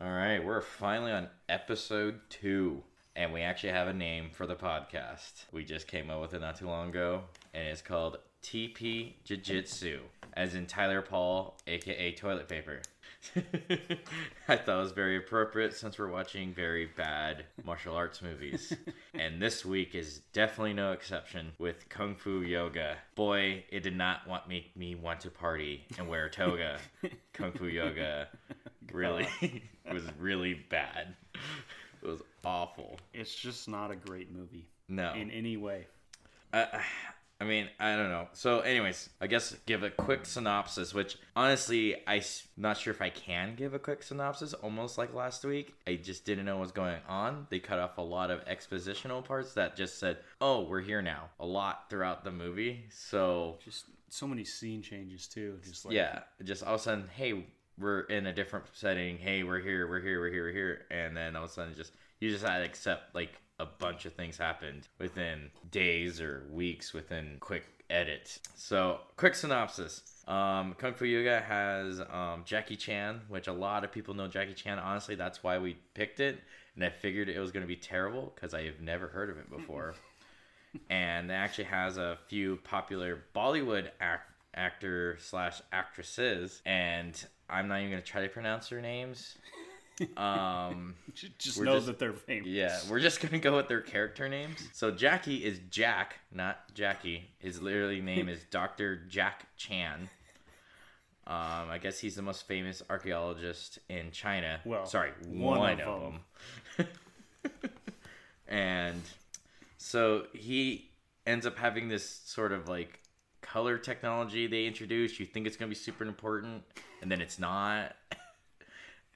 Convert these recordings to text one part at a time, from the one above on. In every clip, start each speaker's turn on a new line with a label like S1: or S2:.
S1: right, we're finally on episode two, and we actually have a name for the podcast. We just came up with it not too long ago, and it's called TP Jiu Jitsu, as in Tyler Paul, aka Toilet Paper. I thought it was very appropriate since we're watching very bad martial arts movies. and this week is definitely no exception with Kung Fu Yoga. Boy, it did not want make me want to party and wear a toga. Kung Fu Yoga really was really bad. It was awful.
S2: It's just not a great movie
S1: No.
S2: in any way.
S1: I, I mean, I don't know. So, anyways, I guess give a quick synopsis, which honestly, I'm not sure if I can give a quick synopsis, almost like last week. I just didn't know what was going on. They cut off a lot of expositional parts that just said, oh, we're here now, a lot throughout the movie. So,
S2: Just so many scene changes too. Just like
S1: yeah, just all of a sudden, hey, we're in a different setting. Hey, we're here, we're here, we're here, we're here, and then all of a sudden, just you just had to accept like a bunch of things happened within days or weeks within quick edits. So, quick synopsis. Um, Kung Fu Yoga has um, Jackie Chan, which a lot of people know Jackie Chan. Honestly, that's why we picked it, and I figured it was going to be terrible because I have never heard of it before and it actually has a few popular Bollywood act- actor slash actresses, and I'm not even gonna try to pronounce their names. Um,
S2: j- just
S1: We're
S2: know
S1: just-
S2: that they're famous.
S1: yeah, we're just gonna go with their character names. So Jackie is Jack, not Jackie. His literally name is Doctor Jack Chan. Um, I guess he's the most famous archaeologist in China.
S2: Well,
S1: sorry, one,
S2: one
S1: of,
S2: of
S1: them. and so he ends up having this sort of like color technology they introduce. You think it's gonna be super important, and then it's not.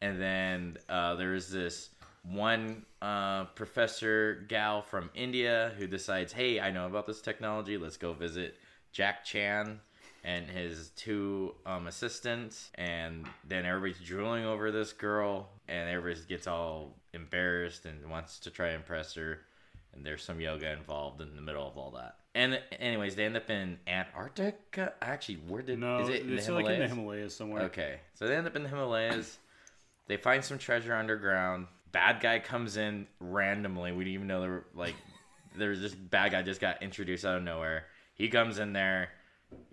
S1: And then uh, there is this one uh, professor gal from India who decides, hey, I know about this technology. Let's go visit Jack Chan and his two um, assistants. And then everybody's drooling over this girl, and everybody gets all embarrassed and wants to try to impress her. And there's some yoga involved in the middle of all that. And anyways, they end up in Antarctica. Actually, where did
S2: No,
S1: is it in the
S2: it's like in the
S1: Himalayas?
S2: Himalayas somewhere.
S1: Okay, so they end up in the Himalayas. they find some treasure underground. Bad guy comes in randomly. We didn't even know there were like there's this bad guy just got introduced out of nowhere. He comes in there,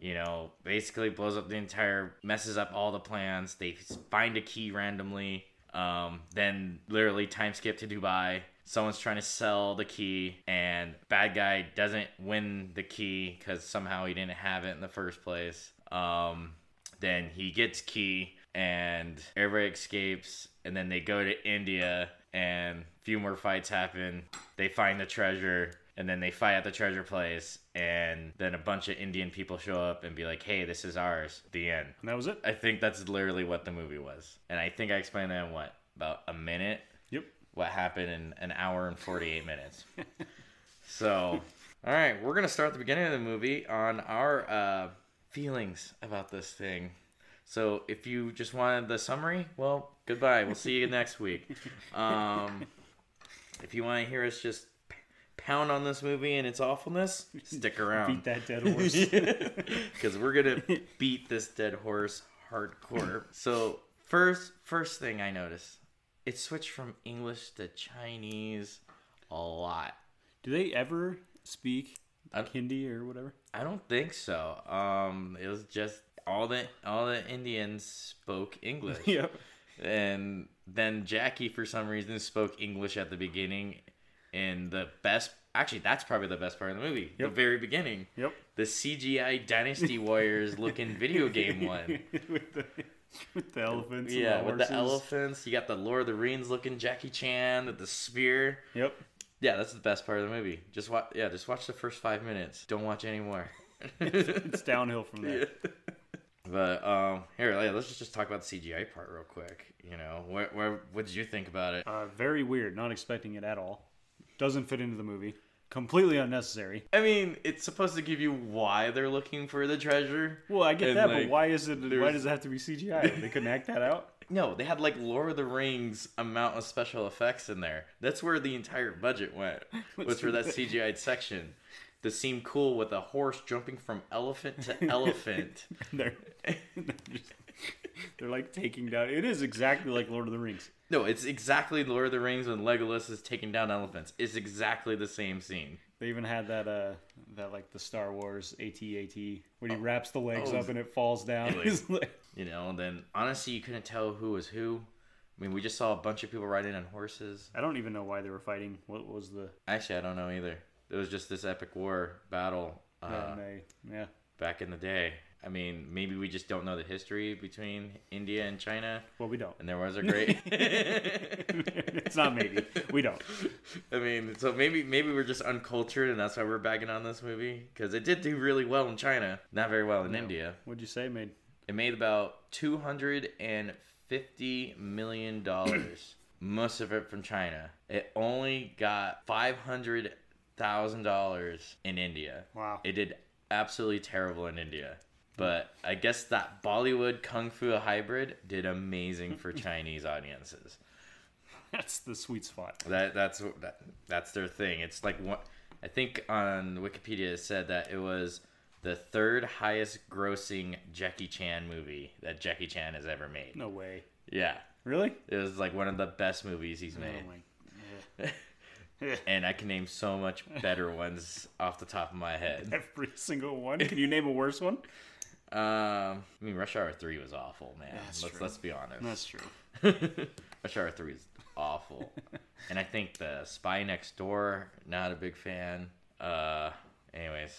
S1: you know, basically blows up the entire, messes up all the plans. They find a key randomly. Um, then literally time skip to Dubai. Someone's trying to sell the key, and bad guy doesn't win the key because somehow he didn't have it in the first place. Um, then he gets key and everybody escapes and then they go to india and a few more fights happen they find the treasure and then they fight at the treasure place and then a bunch of indian people show up and be like hey this is ours the end
S2: And that was it.
S1: i think that's literally what the movie was and i think i explained that in what about a minute
S2: Yep.
S1: what happened in an hour and 48 minutes. so, all right, we're going to start the beginning of the movie on our uh, feelings about this thing. So, if you just wanted the summary, well, goodbye. We'll see you next week. Um, if you want to hear us just p- pound on this movie and its awfulness, stick around
S2: Beat that dead horse.
S1: because we're gonna beat this dead horse hardcore. So first, first thing I noticed, it switched from English to Chinese a lot.
S2: Do they ever speak
S1: I-
S2: Hindi or whatever?
S1: I don't think so. Um, it was just all the all the Indians spoke English,
S2: Yep.
S1: and then Jackie for some reason spoke English at the beginning, in the best. Actually, that's probably the best part of the movie, the
S2: Yep.
S1: very beginning.
S2: Yep.
S1: The CGI Dynasty Warriors looking video game one.
S2: with, the, with the elephants. and
S1: Yeah, with the
S2: horses.
S1: elephants. You got the Lord of the Rings looking Jackie Chan with the spear.
S2: Yep.
S1: Yeah, that's the best part of the movie. Just watch. Yeah, just watch the first five minutes. Don't watch any more.
S2: It's downhill from there.
S1: but um, here, yeah, let's just talk about the CGI part real quick. You know, what what what did you think about it?
S2: Uh, very weird. Not expecting it at all. Doesn't fit into the movie. Completely unnecessary.
S1: I mean, it's supposed to give you why they're looking for the treasure.
S2: Well, I get
S1: And,
S2: that,
S1: like,
S2: but why is it? Why
S1: there's-
S2: does it have to be CGI? They couldn't act that out.
S1: No, they had like Lord of the Rings amount of special effects in there. That's where the entire budget went. Was for that CGI section. To seem cool with a horse jumping from elephant to elephant.
S2: They're, they're just They're like taking down. It is exactly like Lord of the Rings.
S1: No, it's exactly Lord of the Rings when Legolas is taking down elephants. It's exactly the same scene.
S2: They even had that uh that like the Star Wars AT-AT when he wraps the legs up and it falls down.
S1: Oh. Really?
S2: It's like-
S1: You know, and then honestly, you couldn't tell who was who. I mean, we just saw a bunch of people riding on horses.
S2: I don't even know why they were fighting. What was the
S1: Actually, I don't know either. It was just this epic war battle uh,
S2: yeah, and they, yeah.
S1: back in the day. I mean, maybe we just don't know the history between India and China,
S2: Well, we don't.
S1: and there was a great.
S2: it's not maybe. We don't.
S1: I mean, so maybe maybe we're just uncultured, and that's why we're bagging on this movie because it did do really well in China, not very well in India.
S2: What'd you say, made?
S1: It made about two hundred and fifty million dollars, most of it from China. It only got five hundred thousand dollars in India.
S2: Wow.
S1: It did absolutely terrible in India. But I guess that Bollywood Kung Fu hybrid did amazing for Chinese audiences.
S2: That's the sweet spot.
S1: That that's that, that's their thing. It's like one. I think on Wikipedia it said that it was the third highest grossing Jackie Chan movie that Jackie Chan has ever made.
S2: No way.
S1: Yeah,
S2: Really?
S1: it was like one of the best movies he's made.
S2: Oh my.
S1: and I can name so much better ones off the top of my head.
S2: Every single one. Can you name a worse one?
S1: Um, I mean, Rush Hour Three was awful, man.
S2: That's
S1: let's
S2: true.
S1: let's be honest.
S2: true.
S1: Rush Hour Three is awful, and I think the Spy Next Door not a big fan. Uh, anyways,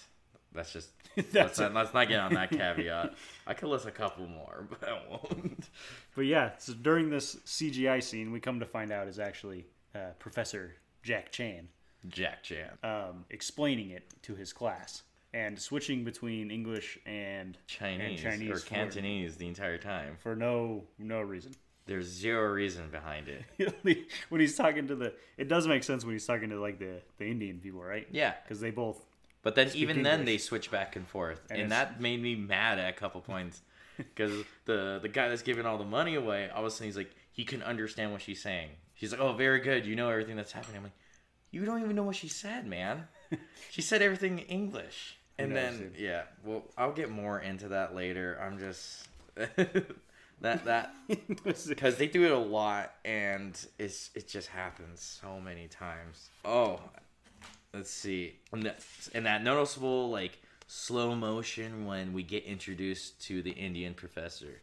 S1: that's just let's,
S2: That's
S1: not, let's not get on that caveat. I could list a couple more, but I won't.
S2: But yeah, so during this CGI scene, we come to find out is actually uh, Professor Jack Chan
S1: Jack Chan,
S2: um, explaining it to his class and switching between English and
S1: Chinese,
S2: and Chinese
S1: or
S2: for-
S1: Cantonese the entire time.
S2: for no no reason.
S1: There's zero reason behind it.
S2: when he's talking to the, it does make sense when he's talking to like the the Indian people, right?
S1: Yeah,
S2: because they both
S1: but then even then
S2: English.
S1: they switch back and forth, and,
S2: it's-
S1: that made me mad at a couple points because the the guy that's giving all the money away, all of a sudden he's like, he can understand what she's saying. She's like, oh, very good, you know everything that's happening. I'm like, you don't even know what she said, man. she said everything in English, and
S2: knows,
S1: then
S2: dude?
S1: yeah, well, I'll get more into that later. I'm just that that
S2: oh
S1: because they do it a lot and it's it just happens so many times oh let's see and that, and that noticeable like slow motion when we get introduced to the indian professor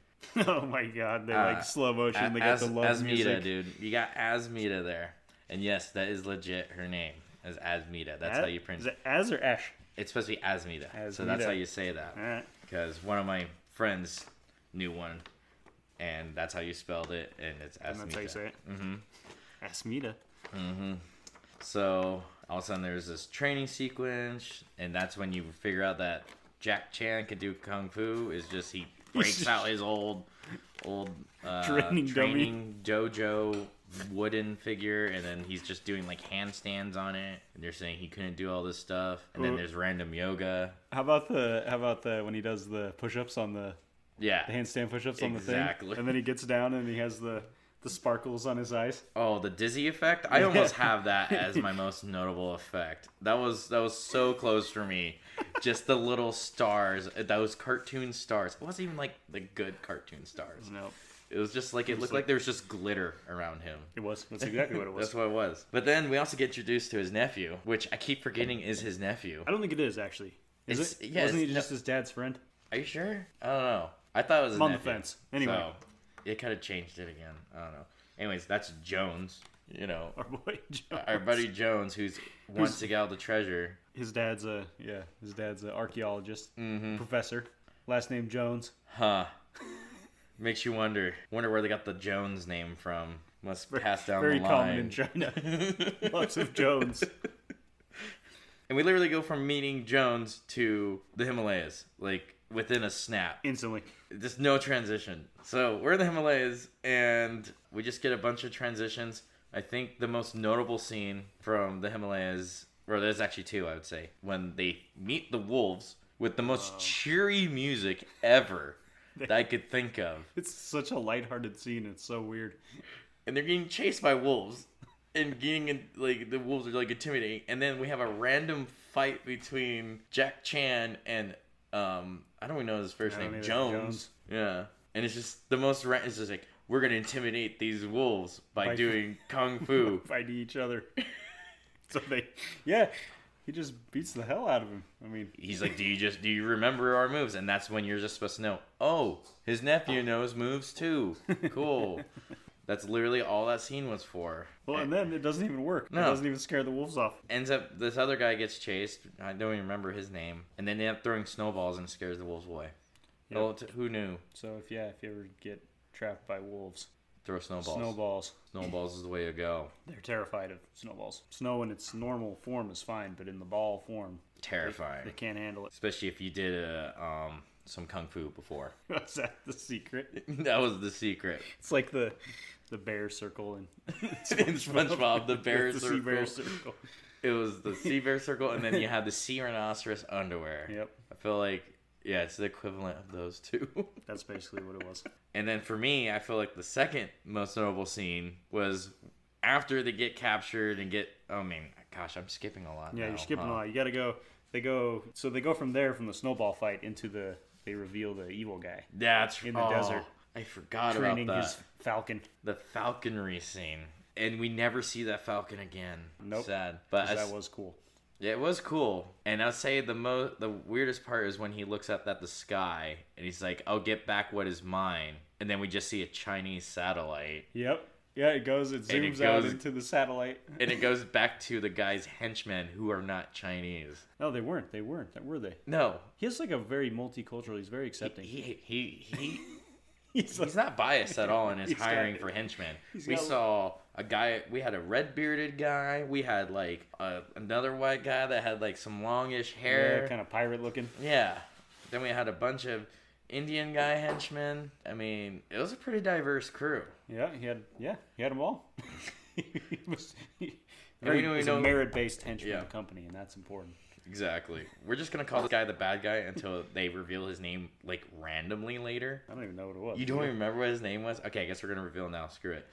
S2: oh my god, they like
S1: Uh,
S2: slow motion. They got
S1: as,
S2: the love
S1: Asmita,
S2: music.
S1: dude you got asmita there and yes that is legit her name is asmita that's
S2: A-
S1: how you pronounce
S2: Is
S1: it
S2: it as or ash?
S1: it's supposed to be asmita, so that's
S2: Asmita.
S1: how you say that
S2: All right.
S1: because one of my friends knew one and that's how you spelled it and it's asmita
S2: And that's how you say it. Mm-hmm. Asmita.
S1: So all of a sudden there's this training sequence, and that's when you figure out that Jack Chan could do kung fu. Is just he breaks out his old old uh,
S2: Training
S1: training,
S2: dummy.
S1: dojo wooden figure, and then he's just doing like handstands on it. And they're saying he couldn't do all this stuff. And then
S2: Well-
S1: there's random yoga.
S2: How about the how about the when he does the push-ups on the, the
S1: Yeah.
S2: handstand push-ups on the
S1: Exactly.
S2: thing, and then he gets down and he has the the sparkles on his eyes.
S1: Oh, the dizzy effect. I almost have that as my most notable effect. That was that was so close for me. Just the little stars, those cartoon stars. It wasn't even like the good cartoon stars.
S2: No,
S1: It was just like it looked like there was just glitter around him.
S2: it was that's exactly what it was.
S1: That's what it was. But then we also get introduced to his nephew, which I keep forgetting is his nephew.
S2: I don't think it is actually. Is
S1: It's-
S2: it?
S1: yeah,
S2: Wasn't he
S1: it's-
S2: just his dad's friend?
S1: Are you sure? I don't know. I thought it was his
S2: I'm on the
S1: nephew.
S2: fence. Anyway.
S1: so it kind of changed it again. I don't know. Anyways, that's Jones. You know,
S2: Our boy Joe.
S1: our buddy Jones, who's wants to get all the treasure.
S2: His dad's a yeah. His dad's an archaeologist,
S1: Mm-hmm.
S2: professor. Last name Jones.
S1: Huh. Makes you wonder. Wonder where they got the Jones name from. Must pass down
S2: Very
S1: the
S2: common
S1: line.
S2: in China. Lots of Jones.
S1: and we literally go from meeting Jones to the Himalayas, like within a snap.
S2: Instantly.
S1: Just no transition. So we're in the Himalayas, and we just get a bunch of transitions. I think the most notable scene from the Himalayas, or there's actually two, I would say, when they meet the wolves with the most cheery music ever that I could think of.
S2: It's such a lighthearted scene. It's so weird.
S1: and they're getting chased by wolves and getting in, like the wolves are like intimidating and then we have a random fight between jack chan and um i don't even know his first
S2: I don't
S1: name
S2: either.
S1: jones.
S2: Jones.
S1: yeah and it's just the most. Ra- it's just like we're gonna intimidate these wolves by
S2: By-
S1: doing kung fu.
S2: fighting each other. so they, yeah, he just beats the hell out of him. I mean,
S1: He's like, do you just do you remember our moves? And that's when you're just supposed to know. Oh, his nephew knows moves too. Cool. that's literally all that scene was for.
S2: well, and then it doesn't even work.
S1: No.
S2: It doesn't even scare the wolves off.
S1: ends up this other guy gets chased. I don't even remember his name, and then they end up throwing snowballs and scares the wolves away.
S2: Yep.
S1: Oh, t- who knew?
S2: So if yeah, if you ever get trapped by wolves,
S1: Throw snowballs.
S2: snowballs.
S1: snowballs is the way to go.
S2: They're terrified of snowballs. Snow in its normal form is fine, but in the ball form, they
S1: Terrifying,
S2: can't handle it.
S1: especially if you did a, um some kung fu before.
S2: Is that the secret?
S1: that was the secret.
S2: It's like the the bear circle and
S1: In SpongeBob, the bear
S2: the
S1: circle.
S2: sea bear circle.
S1: It was the sea bear circle, and then you had the sea rhinoceros underwear.
S2: Yep,
S1: I feel like yeah, it's the equivalent of those two.
S2: that's basically what it was.
S1: And then for me, I feel like the second most notable scene was after they get captured and get. oh, I mean, gosh, I'm skipping a lot.
S2: Yeah,
S1: now, uh,
S2: you're skipping
S1: huh?
S2: a lot. You got to go. They go. So they go from there, from the snowball fight, into the. They reveal the evil guy
S1: That's
S2: In the
S1: oh,
S2: desert.
S1: I forgot about
S2: training
S1: that.
S2: his falcon.
S1: The falconry scene, and we never see that falcon again.
S2: Nope.
S1: Sad, but
S2: 'cause
S1: I s-
S2: That was cool.
S1: yeah, it was cool. And I'd say the mo the weirdest part is when he looks up at the sky and he's like, "I'll get back what is mine," and then we just see a Chinese satellite.
S2: Yep. Yeah, it goes. It
S1: And it
S2: zooms out
S1: goes-
S2: into the satellite.
S1: And it goes back to the guy's henchmen who are not Chinese.
S2: No, they weren't. They weren't. That were they?
S1: No,
S2: He has like a very multicultural. He's very accepting.
S1: he he he
S2: he's like,
S1: he's not biased at all in his
S2: He's got-
S1: hiring for henchmen.
S2: he's
S1: We
S2: got-
S1: saw a guy. We had a red bearded guy. We had like a, another white guy that had like some longish hair.
S2: yeah, kind of pirate looking.
S1: yeah. Then we had a bunch of Indian guy henchmen. I mean, it was a pretty diverse crew.
S2: Yeah, he had. Yeah, he had them all. he was, he,
S1: And we
S2: very,
S1: know we
S2: he's
S1: don't-
S2: a merit-based henchman
S1: Yeah.
S2: of the company, and that's important.
S1: Exactly. We're just gonna call this guy the bad guy until they reveal his name like randomly later.
S2: I don't even know what it was.
S1: You don't even remember what his name was? Okay, I guess we're gonna reveal now. Screw it.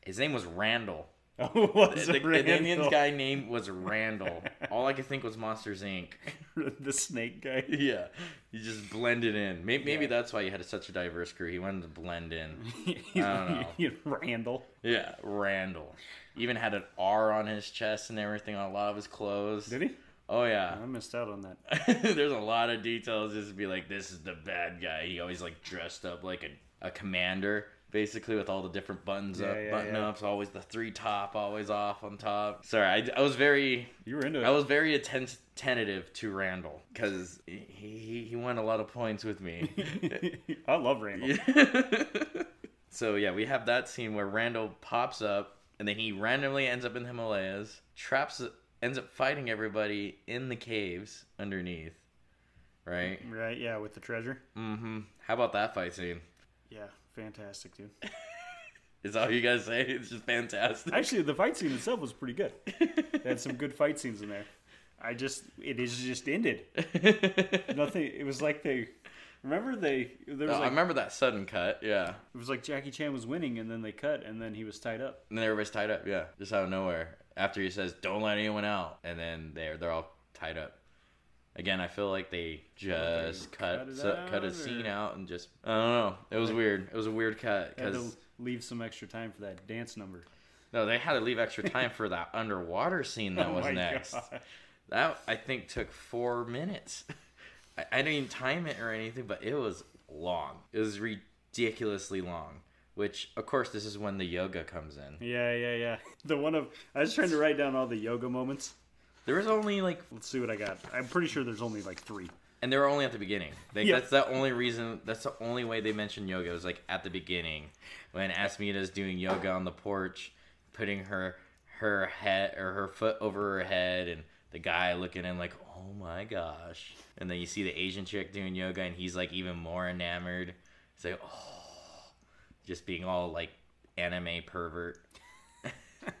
S1: His name was Randall.
S2: Oh, was
S1: the,
S2: it
S1: the Indians
S2: Randall?
S1: guy name was Randall. All I could think was Monsters Inc.
S2: the snake guy.
S1: yeah, he just blended in. Maybe, maybe
S2: Yeah.
S1: that's why he had such a diverse crew. He wanted to blend in. don't know.
S2: You- Randall.
S1: Yeah, Randall. Even had an R on his chest and everything on a lot of his clothes.
S2: Did he? Uh-huh.
S1: Oh yeah.
S2: I missed out on that.
S1: There's a lot of details just to be like, this is the bad guy. He always like dressed up like a, a commander, basically with all the different buttons
S2: Yeah,
S1: up,
S2: yeah,
S1: button
S2: yeah.
S1: ups, always the three top, always off on top. Sorry, I, I was very
S2: You were into
S1: I
S2: it.
S1: was very atten- tentative to Randall because he, he he won a lot of points with me.
S2: I love Randall.
S1: so yeah, we have that scene where Randall pops up and then he randomly ends up in the Himalayas, traps, ends up fighting everybody in the caves underneath. Right?
S2: Right? Yeah, with the treasure.
S1: Mm-hmm. How about that fight scene?
S2: Yeah, fantastic, dude.
S1: Is that all you guys say? It's just fantastic.
S2: Actually, the fight scene itself was pretty good. They had some good fight scenes in there. I just, it is just ended. Nothing. It was like they. Remember they? There
S1: No,
S2: was
S1: Oh, I
S2: like,
S1: remember that sudden cut. Yeah.
S2: it was like Jackie Chan was winning, and then they cut, and then he was tied up.
S1: And then everybody's tied up, yeah. Just out of nowhere. After he says, Don't let anyone out and then they're they're all tied up. Again, I feel like they just cut
S2: cut it
S1: cut, so, cut a
S2: out,
S1: scene
S2: or-
S1: out and just I don't know. It was weird. It was a weird cut
S2: They had to
S1: because
S2: leave some extra time for that dance number.
S1: no, they had to leave extra time for that underwater scene that was next.
S2: Oh God.
S1: That I think took four minutes. I, I didn't even time it or anything, but it was long. It was ridiculously long. Which, of course, this is when the yoga comes in.
S2: Yeah, yeah, yeah. The one of I was trying to write down all the yoga moments.
S1: There was only like
S2: Let's see what I got. I'm pretty sure there's only like three.
S1: And they were only at the beginning. Like
S2: Yeah.
S1: that's the only reason. That's the only way they mentioned yoga was like at the beginning, when Asmita's doing yoga on the porch, putting her her head or her foot over her head, and the guy looking in like, oh my gosh. And then you see the Asian chick doing yoga, and he's like even more enamored. He's like, oh, just being all like anime pervert.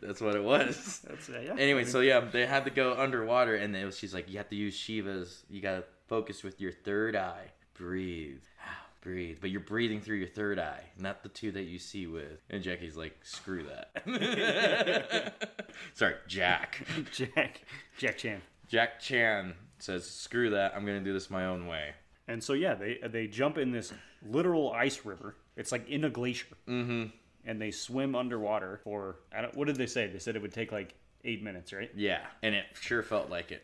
S1: that's what it was.
S2: That's uh, yeah.
S1: Anyway, so yeah, they had to go underwater, and it was, she's like, "You have to use Shiva's. You gotta focus with your third eye. Breathe, out, breathe. But you're breathing through your third eye, not the two that you see with." And Jackie's like, "Screw that." Sorry, Jack.
S2: Jack Jack Chan.
S1: Jack Chan says, "Screw that. I'm gonna do this my own way."
S2: And so yeah, they they jump in this literal ice river. It's like in a glacier. Mm-hmm. And they swim underwater for I don't. What did they say? They said it would take like eight minutes, right?
S1: Yeah, and it sure felt like it.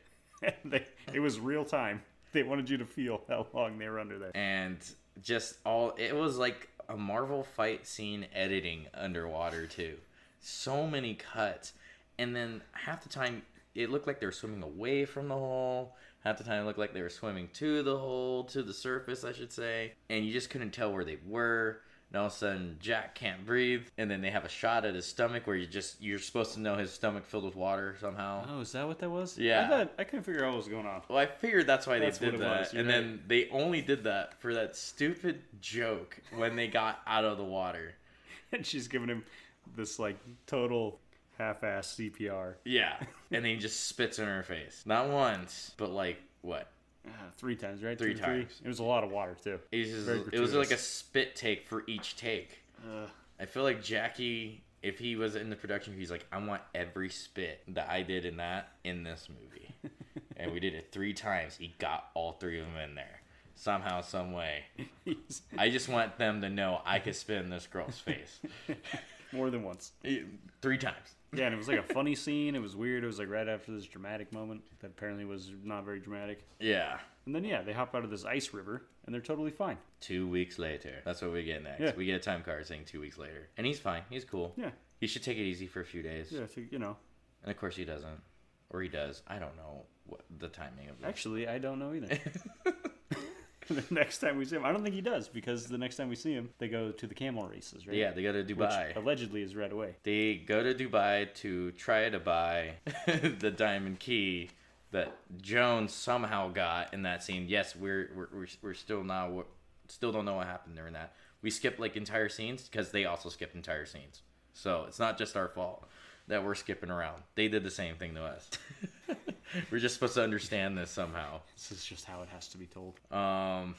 S2: they, it was real time. They wanted you to feel how long they were under there.
S1: and just all it was like a Marvel fight scene editing underwater too. So many cuts, and then half the time it looked like they were swimming away from the hole. Half the time it looked like they were swimming to the hole, to the surface, I should say. And you just couldn't tell where they were. And all of a sudden, Jack can't breathe. And then they have a shot at his stomach where you just you're supposed to know his stomach filled with water somehow.
S2: Oh, is that what that was?
S1: Yeah.
S2: I thought I couldn't figure out what was going on.
S1: Well, I figured that's why
S2: That's
S1: they did
S2: what it
S1: that,
S2: was, you're
S1: and then they only did that for that stupid joke when they got out of the water.
S2: And she's giving him this like total half-ass CPR
S1: Yeah, and then he just spits in her face. Not once, but like what?
S2: Ah, three times, right?
S1: Three
S2: Two,
S1: times.
S2: It was a lot of water too.
S1: It was, just-
S2: Very
S1: it was like a
S2: gratuitous.
S1: spit take for each take.
S2: Ugh.
S1: I feel like Jackie, if he was in the production, he's like, I want every spit that I did in that in this movie, and we did it three times. He got all three of them in there somehow, some way.
S2: He's-
S1: I just want them to know I could spit in this girl's face.
S2: More than once.
S1: three times.
S2: Yeah, and it was like a funny scene. It was weird. It was like right after this dramatic moment that apparently was not very dramatic.
S1: Yeah.
S2: And then yeah, they hop out of this ice river and they're totally fine.
S1: Two weeks later. That's what we get next.
S2: Yeah.
S1: We get a time card saying two weeks later. And he's fine. He's cool.
S2: Yeah,
S1: He should take it easy for a few days.
S2: yeah. So, you know,
S1: And of course he doesn't. Or he does. I don't know what the timing of this.
S2: actually, I don't know either. the next time we see him, I don't think he does because the next time we see him, they go to the camel races, right?
S1: yeah, they go to
S2: Which
S1: Dubai.
S2: allegedly is right away.
S1: They go to Dubai to try to buy the diamond key that Jones somehow got in that scene. Yes, we're we're, we're, we're still not still don't know what happened during that. We skipped like entire scenes because they also skipped entire scenes. So it's not just our fault that we're skipping around. They did the same thing to us. we're just supposed to understand this somehow.
S2: This is just how it has to be told.
S1: Um,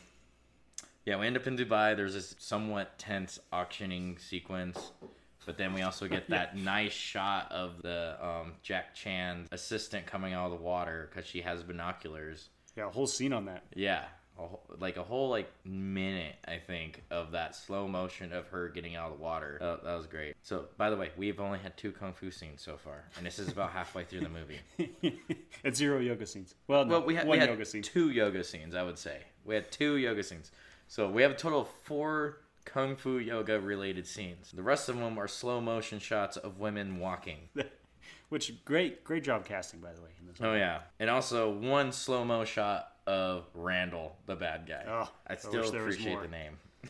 S1: yeah, we end up in Dubai. There's this somewhat tense auctioning sequence, but then we also get that nice shot of the um, Jack Chan assistant coming out of the water because she has binoculars.
S2: Yeah, a whole scene on that.
S1: Yeah, a whole, like a whole like minute I think of that slow motion of her getting out of the water. Oh, that was great. So, by the way, we've only had two kung fu scenes so far, and this is about halfway through the movie.
S2: and zero yoga scenes. Well, no,
S1: Well, we had,
S2: one
S1: we had
S2: yoga scene.
S1: two yoga scenes, I would say. We had two yoga scenes. So we have a total of four kung fu yoga related scenes. The rest of them are slow motion shots of women walking.
S2: Which great, great job casting by the way. In this one.
S1: Oh, yeah. And also one slow mo shot of Randall, the bad guy.
S2: Oh,
S1: I
S2: I
S1: still
S2: wish there was
S1: appreciate
S2: more.
S1: the name.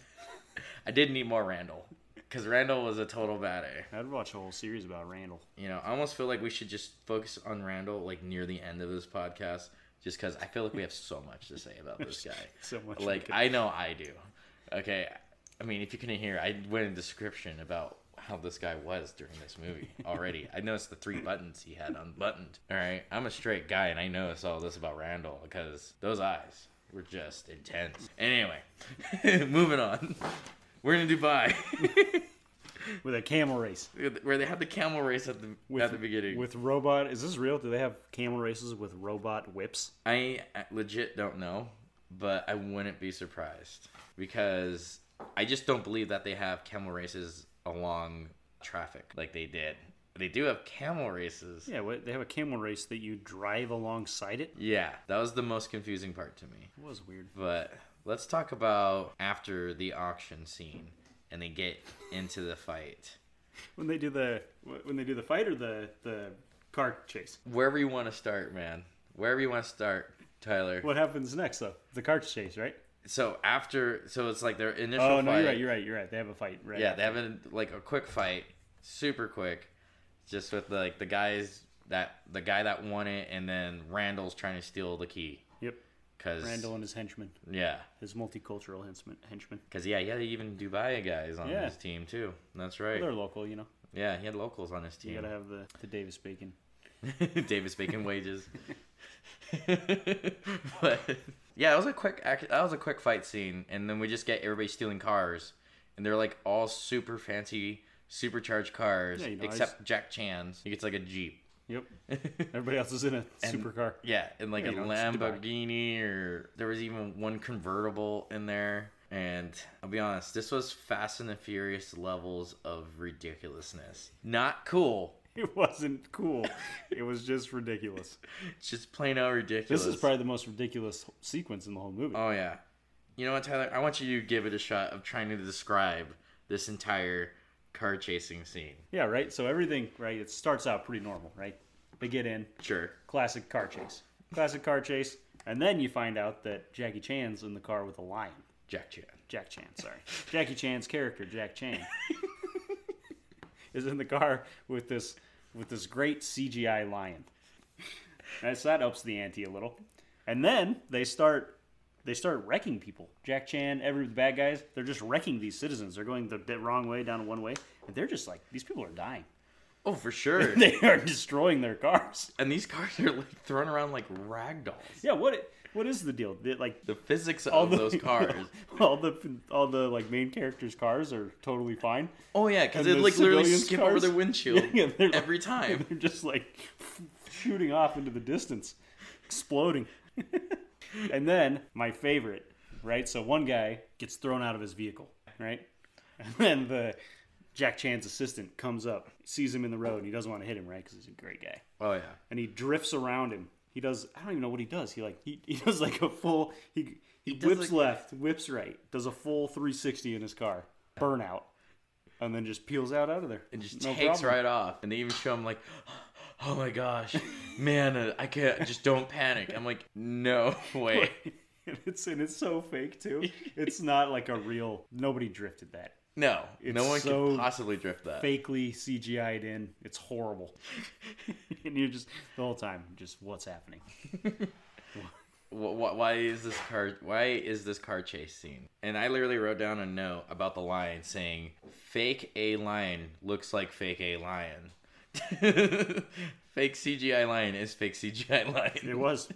S1: I did need more Randall because Randall was a total bad A.
S2: I'd watch a whole series about Randall.
S1: You know, I almost feel like we should just focus on Randall like near the end of this podcast just because I feel like we have so much to say about this guy.
S2: So much we
S1: Like
S2: could-
S1: I know I do. Okay. I mean, if you couldn't hear, I went in description about how this guy was during this movie already. I noticed the three buttons he had unbuttoned. All right, I'm a straight guy, and I noticed all this about Randall because those eyes were just intense. Anyway, moving on. We're in Dubai,
S2: with a camel race.
S1: where they had the camel race at the
S2: With,
S1: at the beginning.
S2: with robot. Is this real? Do they have camel races with robot whips?
S1: I legit don't know, but I wouldn't be surprised because I just don't believe that they have camel races along traffic like they did. They do have camel races.
S2: Yeah, what, they have a camel race that you drive alongside it.
S1: Yeah, that was the most confusing part to me.
S2: It was weird.
S1: But let's talk about after the auction scene and they get into the fight.
S2: When they do the when they do the fight or the the car chase.
S1: Wherever you want to start, man. Wherever you want to start, Tyler.
S2: What happens next though? The car chase, right?
S1: So after, so it's like their initial
S2: Oh
S1: fight.
S2: no, you're right. You're right. You're right. They have a fight, right?
S1: Yeah, they have a, like a quick fight, super quick, just with like the guys that the guy that won it, and then Randall's trying to steal the key
S2: Yep.
S1: because
S2: Randall and his henchmen,
S1: yeah,
S2: his multicultural henchmen. henchmen.
S1: because yeah, he had even Dubai guys on
S2: Yeah.
S1: his team too. That's right.
S2: They're local, you know.
S1: Yeah, he had locals on his
S2: You
S1: team.
S2: gotta have the, the Davis Bacon.
S1: Davis Bacon wages. but yeah, it was a quick act- that was a quick fight scene, and then we just get everybody stealing cars, and they're like all super fancy, supercharged cars,
S2: Yeah, you know, I
S1: except Jack Chan's. He gets like a jeep.
S2: Yep. Everybody else is in a
S1: And-
S2: supercar.
S1: Yeah, in like
S2: Yeah,
S1: a
S2: you know, it's Dubai.
S1: Lamborghini, or there was even one convertible in there. And I'll be honest, this was Fast and the Furious levels of ridiculousness. Not cool,
S2: It wasn't cool. It was just ridiculous.
S1: just plain out ridiculous.
S2: This is probably the most ridiculous sequence in the whole movie.
S1: Oh yeah. You know what, Tyler? I want you to give it a shot of trying to describe this entire car chasing scene.
S2: yeah, right. So everything, right? It starts out pretty normal, right? They get in,
S1: Sure.
S2: classic car chase, classic car chase, and then you find out that Jackie Chan's in the car with a lion.
S1: Jack Chan.
S2: Jack Chan, sorry, Jackie Chan's character, Jack Chan, is in the car with this with this great CGI lion. And so that ups the ante a little. And then they start they start wrecking people. Jack Chan, every the bad guys, they're just wrecking these citizens. They're going the bit wrong way down one way, and they're just like these people are dying.
S1: Oh, for sure.
S2: They are destroying their cars.
S1: and these cars are like thrown around like rag dolls.
S2: Yeah, what what is the deal? They- like
S1: The physics
S2: all
S1: of
S2: the,
S1: those cars.
S2: all the all the like main characters' cars are totally fine.
S1: Oh yeah, because
S2: And
S1: they
S2: the
S1: like literally
S2: civilians'
S1: skip over
S2: cars?
S1: the windshield
S2: Yeah, they're like-
S1: every time.
S2: They're just like shooting off into the distance, exploding. and then my favorite, right? So one guy gets thrown out of his vehicle, right? And then the Jack Chan's assistant comes up, sees him in the road, and he doesn't want to hit him, right? Because he's a great guy.
S1: Oh yeah.
S2: And he drifts around him. He does. I don't even know what he does. He like he, he does like a full. He, he,
S1: does, like-
S2: whips left, whips right, does a full 360 in his car, burnout, and then just peels out out of there.
S1: And just takes right off. And they even show him like, oh my gosh, man, uh, I can't. Just don't panic. I'm like, no way.
S2: and it's and it's so fake too. It's not like a real. Nobody drifted that.
S1: No,
S2: It's
S1: no one
S2: so
S1: could possibly drift that.
S2: Fakely CGI'd in. It's horrible. and you're just the whole time just what's happening.
S1: why, why is this car why is this car chase scene and i literally wrote down a note about the lion saying fake a lion looks like fake a lion fake cgi lion is fake cgi
S2: It
S1: lion
S2: was,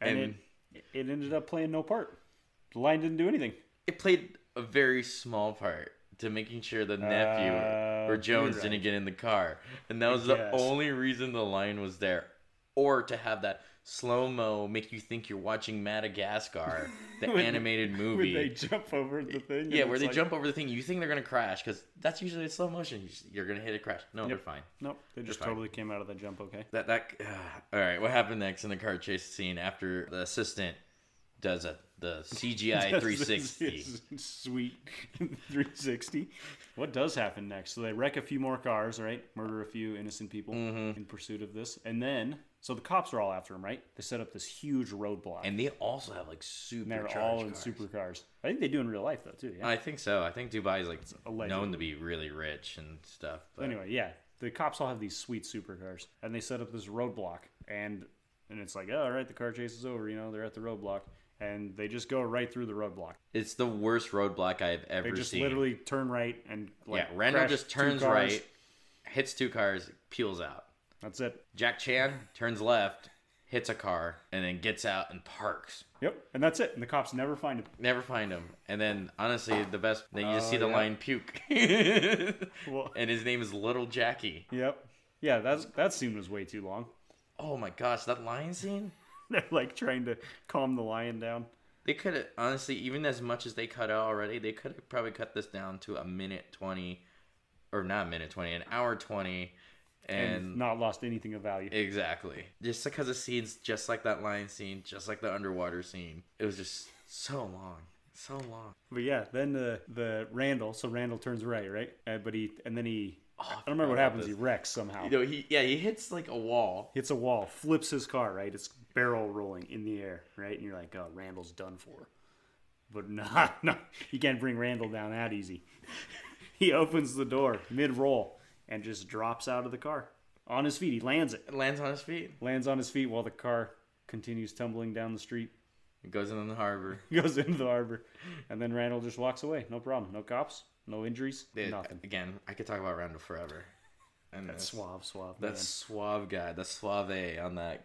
S2: and,
S1: And-
S2: it it ended up playing no part. The line didn't do anything.
S1: it played a very small part to making sure the nephew
S2: Uh,
S1: or jones
S2: you're right.
S1: didn't get in the car and that was the
S2: guess.
S1: only reason the lion was there or to have that slow mo make you think you're watching madagascar the
S2: When-
S1: animated
S2: When
S1: movie
S2: they jump over the thing. and
S1: Yeah, where
S2: it's
S1: they
S2: like-
S1: jump over the thing, you think they're gonna crash because that's usually a slow motion. You just- You're gonna hit a crash. No, they're fine.
S2: Nope, they just
S1: fine.
S2: totally came out of the jump. Okay.
S1: That that. ugh. all right, what happened next in the car chase scene after the assistant does a, the CGI 360?
S2: Sweet 360. What does happen next? So they wreck a few more cars, right? Murder a few innocent people
S1: Mm-hmm.
S2: in pursuit of this. And then, so the cops are all after them, right? They set up this huge roadblock. And
S1: And they also have like super.
S2: they're all in
S1: cars.
S2: supercars. I think they do in real life, though, too. Yeah.
S1: I think so. I think Dubai's like
S2: alleged.
S1: known to be really rich and stuff. But
S2: anyway, yeah. The cops all have these sweet supercars. And they set up this roadblock. And and it's like, oh, all right, the car chase is over. You know, they're at the roadblock. And they just go right through the roadblock.
S1: it's the worst roadblock I've ever
S2: They just
S1: seen.
S2: literally turn right and like
S1: yeah, Randall
S2: crash
S1: just
S2: two
S1: turns
S2: cars.
S1: right, hits two cars, peels out.
S2: That's it.
S1: Jack Chan turns left, hits a car, and then gets out and parks.
S2: Yep, and that's it. And the cops never find him.
S1: Never find him. And then, honestly, the best, then you just
S2: Oh,
S1: see the
S2: yeah.
S1: lion puke.
S2: Well,
S1: and his name is Little Jackie.
S2: yep, yeah. That's that scene was way too long.
S1: Oh my gosh, that lion scene?
S2: They're like trying to calm the lion down.
S1: They could have, honestly, even as much as they cut out already, they could have probably cut this down to a minute 20, or not a minute 20, an hour 20.
S2: And,
S1: And,
S2: not lost anything of value.
S1: exactly. Just because of scenes just like that lion scene, just like the underwater scene, it was just so long. So long.
S2: but yeah, then the the Randall. So Randall turns right, right? Uh, but he and then he.
S1: Oh, I
S2: I don't remember what happens. He wrecks somehow.
S1: You know, he yeah, he hits like a wall.
S2: Hits a wall, flips his car, right? It's barrel rolling in the air, right? And you're like, oh, Randall's done for. But nah, no, you can't bring Randall down that easy. he opens the door mid roll and just drops out of the car on his feet. He lands it.
S1: It lands on his feet.
S2: lands on his feet while the car continues tumbling down the street,
S1: It goes in the harbor.
S2: goes into the harbor, and then Randall just walks away. No problem. No cops, no injuries,
S1: It-
S2: nothing.
S1: Again, I could talk about Randall forever. And that's
S2: Suave, suave.
S1: that suave guy, that suave on that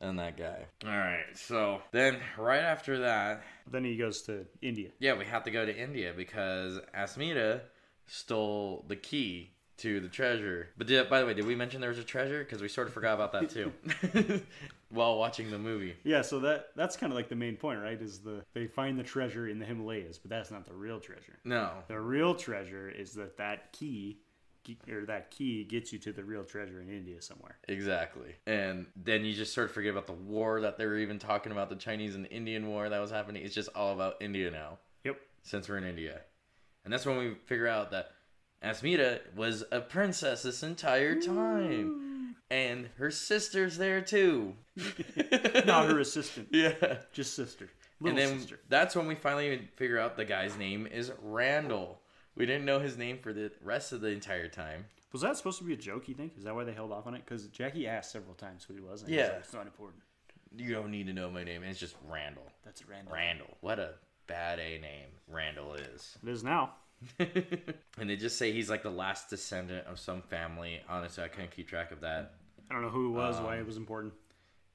S1: on that guy. All right. So then right after that,
S2: man. Then he goes to India.
S1: yeah, we have to go to India because Asmita stole the key to the treasure. But did, by the way, did we mention there was a treasure? Because we sort of forgot about that too while watching the movie.
S2: Yeah, so that that's kind of like the main point, right? Is the they find the treasure in the Himalayas, but that's not the real treasure.
S1: No.
S2: The real treasure is that that key ge- or that key gets you to the real treasure in India somewhere.
S1: Exactly. And then you just sort of forget about the war that they were even talking about, the Chinese and Indian war that was happening. It's just all about India now,
S2: Yep.
S1: since we're in India. And that's when we figure out that Asmita was a princess this entire time.
S2: Mm.
S1: And her sister's there too.
S2: Not her assistant,
S1: Yeah.
S2: just sister.
S1: And
S2: Little
S1: then
S2: sister.
S1: that's when we finally figure out the guy's name is Randall. We didn't know his name for the rest of the entire time.
S2: Was that supposed to be a joke, you think? Is that why they held off on it? Because Jackie asked several times who he was, and he was
S1: Yeah.
S2: like, it's not important.
S1: You don't need to know my name. It's just Randall.
S2: That's random.
S1: Randall. What a bad A name Randall is.
S2: It is now.
S1: and they just say he's like the last descendant of some family. Honestly, I couldn't keep track of that.
S2: I don't know who it was, why it was important.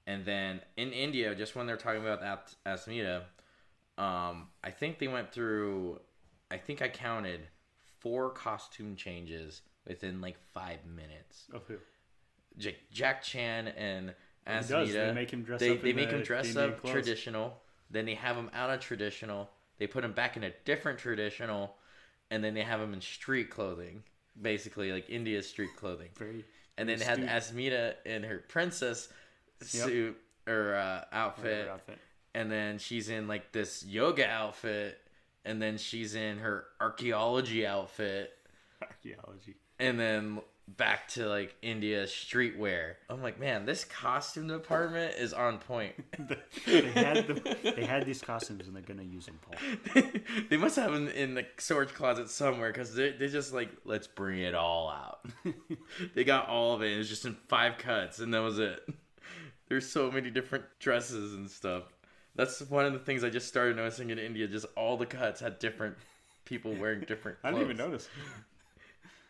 S1: And then in India, just when they're talking about that Asmita, um, I think they went through, I think I counted four costume changes within like five minutes.
S2: Of who?
S1: Jack, Jack Chan and
S2: does.
S1: Asmita.
S2: They make him dress
S1: they,
S2: up
S1: They
S2: in
S1: make him
S2: the
S1: dress
S2: Indian
S1: up
S2: clothes.
S1: traditional. Then they have him out of traditional. They put him back in a different traditional, and then they have him in street clothing, basically like India's street clothing.
S2: Very.
S1: And then they had Asmita in her princess suit or uh, outfit,
S2: Whatever outfit.
S1: and then she's in like this yoga outfit, and then she's in her archaeology outfit,
S2: Archaeology.
S1: and then back to like India streetwear. I'm like, man, this costume department is on point.
S2: they had the, they had these costumes and they're gonna use them, Paul.
S1: they must have them in the storage closet somewhere because they they just like let's bring it all out. they got all of it. It was just in five cuts, and that was it. There's so many different dresses and stuff. That's one of the things I just started noticing in India. Just all the cuts had different people wearing different.
S2: I
S1: Clothes.
S2: didn't even notice.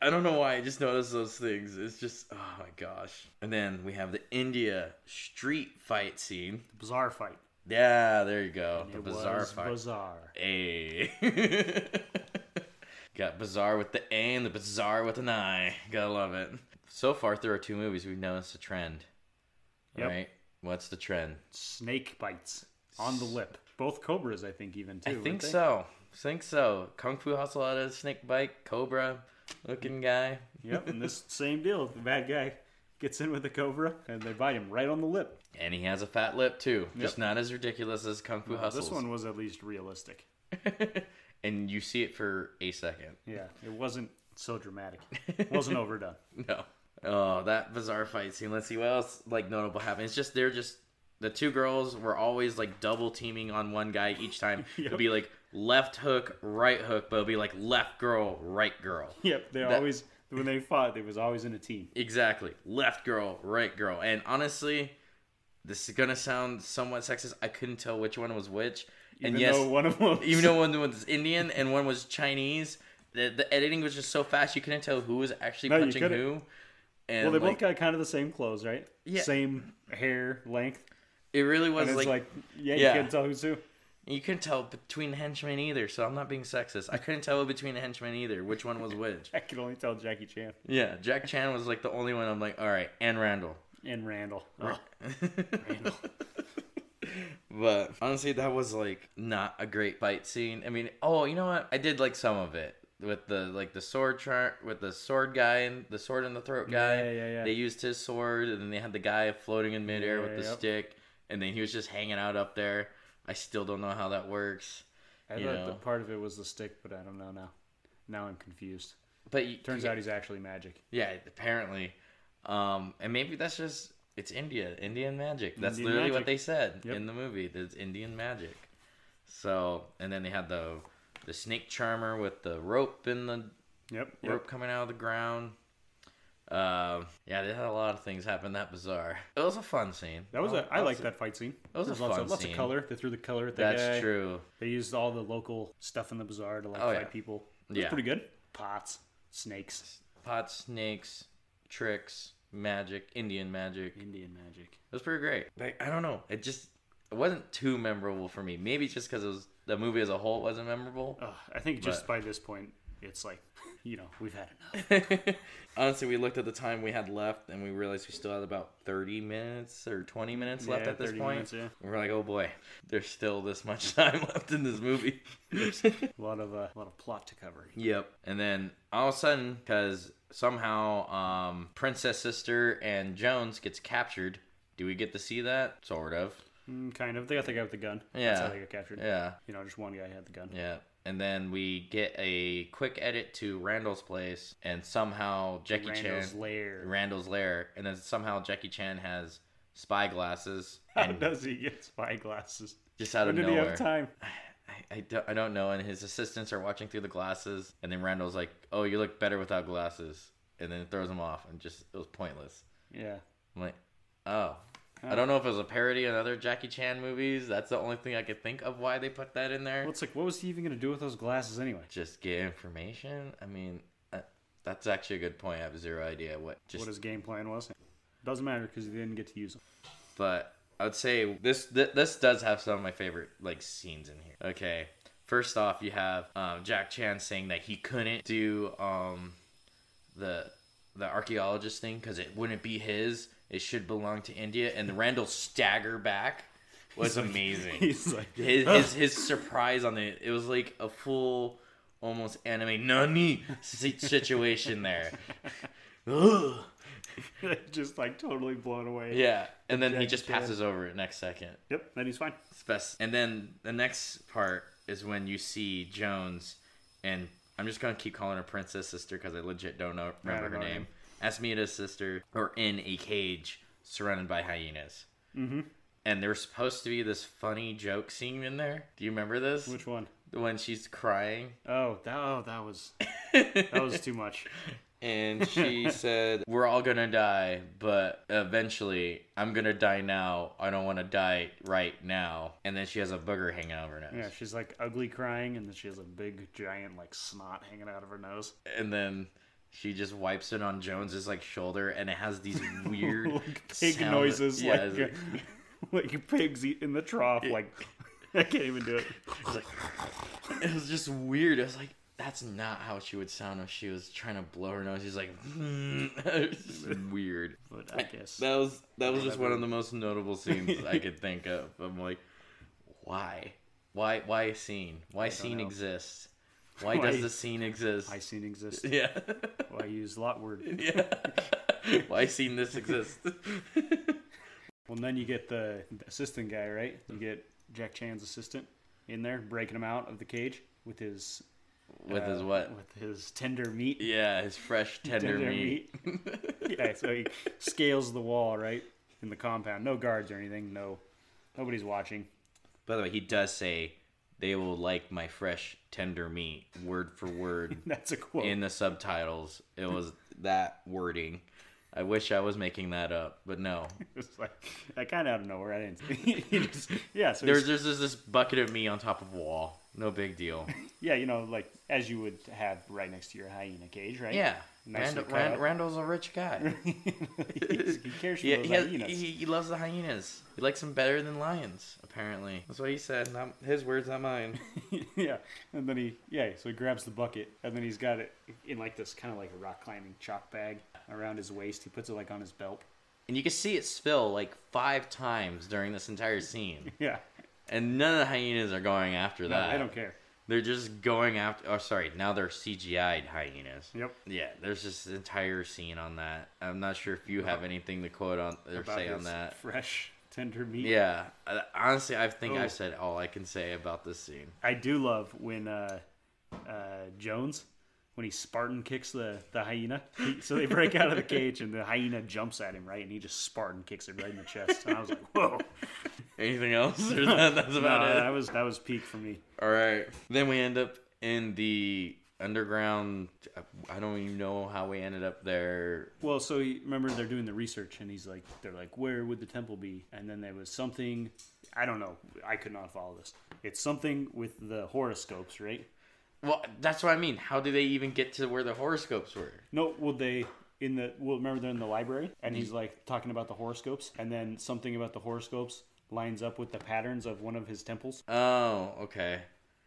S1: I don't know why I just noticed those things. It's just oh my gosh. And then we have the India street fight scene.
S2: Bizarre fight.
S1: Yeah, there you go. the
S2: it
S1: bizarre
S2: was
S1: fight.
S2: bizarre.
S1: Hey. Got bizarre with the A and the bizarre with an I. Gotta love it. So far through our two movies, we've noticed a trend.
S2: Yep.
S1: Right? What's the trend?
S2: Snake bites on the lip. Both cobras, I think, even
S1: I
S2: too. weren't
S1: think
S2: they?
S1: so. think so. Kung Fu Hustle out of Snake Bike, Cobra looking guy.
S2: Yep, and this same deal. The bad guy gets in with the cobra and they bite him right on the lip.
S1: And he has a fat lip too. Just not as ridiculous as Kung Fu Hustle.
S2: This one was at least realistic.
S1: and you see it for a second.
S2: Yeah, it wasn't so dramatic. It wasn't overdone.
S1: No. Oh, that bizarre fight scene. Let's see what else like notable happened. It's just they're just the two girls were always like double teaming on one guy each time. It'd be like left hook, right hook, but it'd be like left girl, right girl.
S2: Yep, they always when they fought, they was always in a team.
S1: Exactly. Left girl, right girl. And honestly, this is gonna sound somewhat sexist. I couldn't tell which one was which. and
S2: Even
S1: yes,
S2: though one of them,
S1: even though one was Indian and one was Chinese, the, the editing was just so fast you couldn't tell who was actually
S2: No, you
S1: punching
S2: couldn't.
S1: who. And
S2: well, they
S1: like,
S2: both got kind of the same clothes, right?
S1: Yeah.
S2: Same hair length.
S1: it really
S2: And
S1: was
S2: it's like,
S1: like
S2: yeah,
S1: yeah.
S2: you can't tell who's who.
S1: You couldn't tell between henchmen either, so I'm not being sexist. I couldn't tell between henchmen either which one was which.
S2: I could only tell Jackie Chan
S1: Yeah, Jack Chan was like the only one I'm like, all right, and Randall.
S2: and Randall. Oh, Randall.
S1: But honestly, that was like not a great fight scene. I mean, oh, you know what? I did like some of it with the like the sword chart with the sword guy and the sword in the throat guy.
S2: Yeah, yeah, yeah.
S1: They used his sword, and then they had the guy floating in midair
S2: Yeah,
S1: with the
S2: yep.
S1: stick, and then he was just hanging out up there. I still don't know how that works.
S2: I
S1: You
S2: thought
S1: know.
S2: the part of it was the stick, but I don't know now. Now I'm confused.
S1: But you,
S2: Turns out he's actually magic.
S1: Yeah, apparently. Um, and maybe that's just it's India, Indian magic. That's
S2: Indian
S1: literally what
S2: magic.
S1: they said
S2: Yep.
S1: in the movie. that It's Indian magic. So, and then they had the the snake charmer with the rope and the
S2: Yep.
S1: rope coming out of the ground. Um, yeah, they had a lot of things happen that bizarre. It was a fun scene.
S2: That was a. I
S1: Lots
S2: like
S1: of-
S2: that fight scene.
S1: That was a
S2: There's lots
S1: fun
S2: of, lots
S1: scene.
S2: of color. They threw the color at the
S1: That's
S2: guy.
S1: true.
S2: They used all the local stuff in the bazaar to like
S1: Oh,
S2: fight
S1: yeah.
S2: people. It was
S1: Yeah.
S2: pretty good. Pots, snakes,
S1: Pot snakes, tricks, magic, Indian magic.
S2: Indian magic.
S1: It was pretty great. Like I don't know, it just it wasn't too memorable for me. Maybe just because it was the movie as a whole wasn't memorable.
S2: Ugh, I think just by this point, it's like you know, we've had enough.
S1: Honestly, we looked at the time we had left and we realized we still had about 30 minutes or 20 minutes left
S2: Yeah,
S1: at this
S2: 30
S1: point.
S2: minutes, yeah.
S1: We're like, oh boy, there's still this much time left in this movie.
S2: A lot of uh, a lot of plot to cover.
S1: yep. And then all of a sudden, because somehow um, Princess Sister and Jones gets captured. Do we get to see that? Sort of.
S2: Mm, kind of. They got the guy with the gun. That's
S1: Yeah.
S2: how they got captured.
S1: Yeah.
S2: You know, just one guy had the gun.
S1: Yeah. And then we get a quick edit to Randall's place, and somehow Jackie
S2: Randall's
S1: Chan,
S2: lair.
S1: Randall's lair, and then somehow Jackie Chan has spy glasses,
S2: How
S1: and
S2: does he get spy glasses?
S1: just out
S2: When
S1: of
S2: did he
S1: nowhere.
S2: have time?
S1: I, I, don't, I don't know. And his assistants are watching through the glasses, and then Randall's like, "Oh, you look better without glasses," and then it throws him off, and just it was pointless.
S2: Yeah.
S1: I'm like, oh. I don't know if it was a parody on other Jackie Chan movies. That's the only thing I could think of why they put that in there.
S2: Well, it's like, what was he even gonna do with those glasses anyway?
S1: just get information. I mean, uh, that's actually a good point. I have zero idea what. Just,
S2: What his game plan was? Doesn't matter because he didn't get to use them.
S1: but I would say this th- this does have some of my favorite like scenes in here. Okay, first off, you have um, Jack Chan saying that he couldn't do um, the the archaeologist thing because it wouldn't be his. It should belong to India. And the Randall stagger back was amazing.
S2: He's like,
S1: his, his his surprise on it it was like a full almost anime nani si- situation there Ugh.
S2: just like totally blown away.
S1: yeah and then he
S2: Jackie
S1: just
S2: Chan.
S1: passes over it next second
S2: Yep. Then he's fine.
S1: it's best and then the next part is when you see jones and i'm just gonna keep calling her princess sister because i legit don't know remember
S2: don't
S1: her
S2: know her
S1: name asmita's sister or in a cage surrounded by hyenas and there was supposed to be this funny joke scene in there do you remember this
S2: Which one?
S1: when she's crying
S2: Oh, that. Oh, that was. That was too much.
S1: and she said we're all gonna die but eventually i'm gonna die now i don't want to die right now and then she has a booger hanging out of her nose
S2: Yeah, she's like ugly crying, and then she has a big giant like snot hanging out of her nose.
S1: and then she just wipes it on jones's like shoulder and it has these weird
S2: like pig
S1: sound-
S2: noises,
S1: yeah, it's
S2: like like, pigs eat in the trough. Like I can't even do it.
S1: it was just weird. I was like, that's not how she would sound if she was trying to blow her nose. She's like, it's weird.
S2: But I guess
S1: That was that was just one of the most notable scenes I could think of. I'm like, why, why, why a scene? Why scene
S2: know.
S1: exists? Why,
S2: Why-
S1: does the scene exist?
S2: I seen exist.
S1: yeah,
S2: Why use lot word?
S1: yeah. why scene this exists?
S2: Well, then you get the the assistant guy, right?
S1: Mm-hmm.
S2: You get Jack Chan's assistant in there breaking him out of the cage with his
S1: With his
S2: uh,
S1: what?
S2: With his tender meat.
S1: Yeah, his fresh tender, meat.
S2: yeah, so he scales the wall, right? In the compound. No guards or anything. No, nobody's watching.
S1: By the way, he does say they will like my fresh tender meat word for word
S2: That's a quote.
S1: in the subtitles. It was that wording. I wish I was making that up, but no.
S2: It's like I kind of out of nowhere. I didn't. he just, yeah, so
S1: There's
S2: he's-
S1: there's, there's this bucket of meat on top of a wall. No big deal.
S2: yeah, you know, like as you would have right next to your hyena cage, right?
S1: Yeah.
S2: Nicely
S1: Rand-
S2: cut
S1: Rand-
S2: up.
S1: Randall's a rich guy.
S2: He's- he cares for
S1: Yeah,
S2: those
S1: he, has-
S2: hyenas.
S1: he, he loves the hyenas. He likes them better than lions, apparently. That's what he said. Not, his words, not mine.
S2: yeah, and then he yeah, so he grabs the bucket, and then he's got it in like this kind of like a rock climbing chalk bag around his waist. He puts it like on his belt.
S1: And you can see it spill like five times during this entire scene.
S2: Yeah,
S1: And none of the hyenas are going after that.
S2: I don't care.
S1: They're just going after. Oh, sorry. Now they're CGI'd hyenas.
S2: Yep.
S1: Yeah, there's this entire scene on that. I'm not sure if you have anything to quote on or
S2: About
S1: say on
S2: his
S1: that.
S2: fresh tender meat.
S1: Yeah. I- Honestly, I think
S2: Oh.
S1: I've said all I can say about this scene.
S2: I do love when uh, uh, Jones, when he Spartan kicks the, the hyena. He- so they break out of the cage and the hyena jumps at him, right? And he just Spartan kicks it right in the chest. And I was like, whoa.
S1: Anything else? Or that- that's
S2: No,
S1: about it.
S2: that was that was peak for me.
S1: All right. Then we end up in the underground. I don't even know how we ended up there.
S2: Well, so he, remember they're doing the research and he's like, they're like, where would the temple be? And then there was something, I don't know. I could not follow this. It's something with the horoscopes, right?
S1: Well, that's what I mean. How do they even get to where the horoscopes were?
S2: No, well they in the well remember they're in the library and he's like talking about the horoscopes and then something about the horoscopes lines up with the patterns of one of his temples
S1: Oh, okay.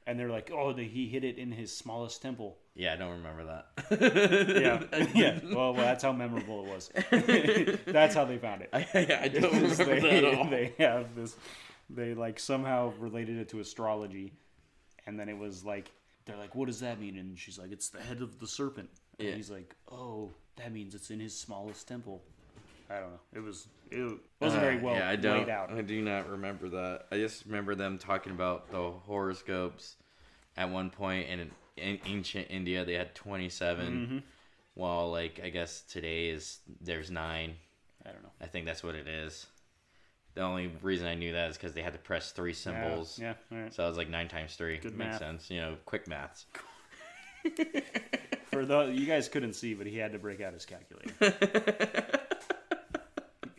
S2: and they're like, "Oh, the, he hit it in his smallest temple."
S1: Yeah, I don't remember that.
S2: Yeah, yeah. Well, well, that's how memorable it was. that's how they found it.
S1: I, I don't remember
S2: Is they,
S1: that at all.
S2: they have this. They like somehow related it to astrology, and then it was like they're like, "What does that mean?" And she's like, "It's the head of the serpent." And
S1: Yeah.
S2: he's like, "Oh, that means it's in his smallest temple." I don't know. It was it wasn't very
S1: Uh,
S2: well
S1: yeah, I don't,
S2: laid out.
S1: I do not remember that. I just remember them talking about the horoscopes at one point, and in, in ancient India they had 27,
S2: Mm-hmm.
S1: while like I guess today is there's nine.
S2: I don't know.
S1: I think that's what it is. The only reason I knew that is because they had to press three
S2: Yeah,
S1: symbols.
S2: Yeah. all right.
S1: So I was like nine times three.
S2: Good
S1: Makes
S2: math.
S1: sense. You know, quick maths.
S2: For the you guys couldn't see, but he had to break out his calculator.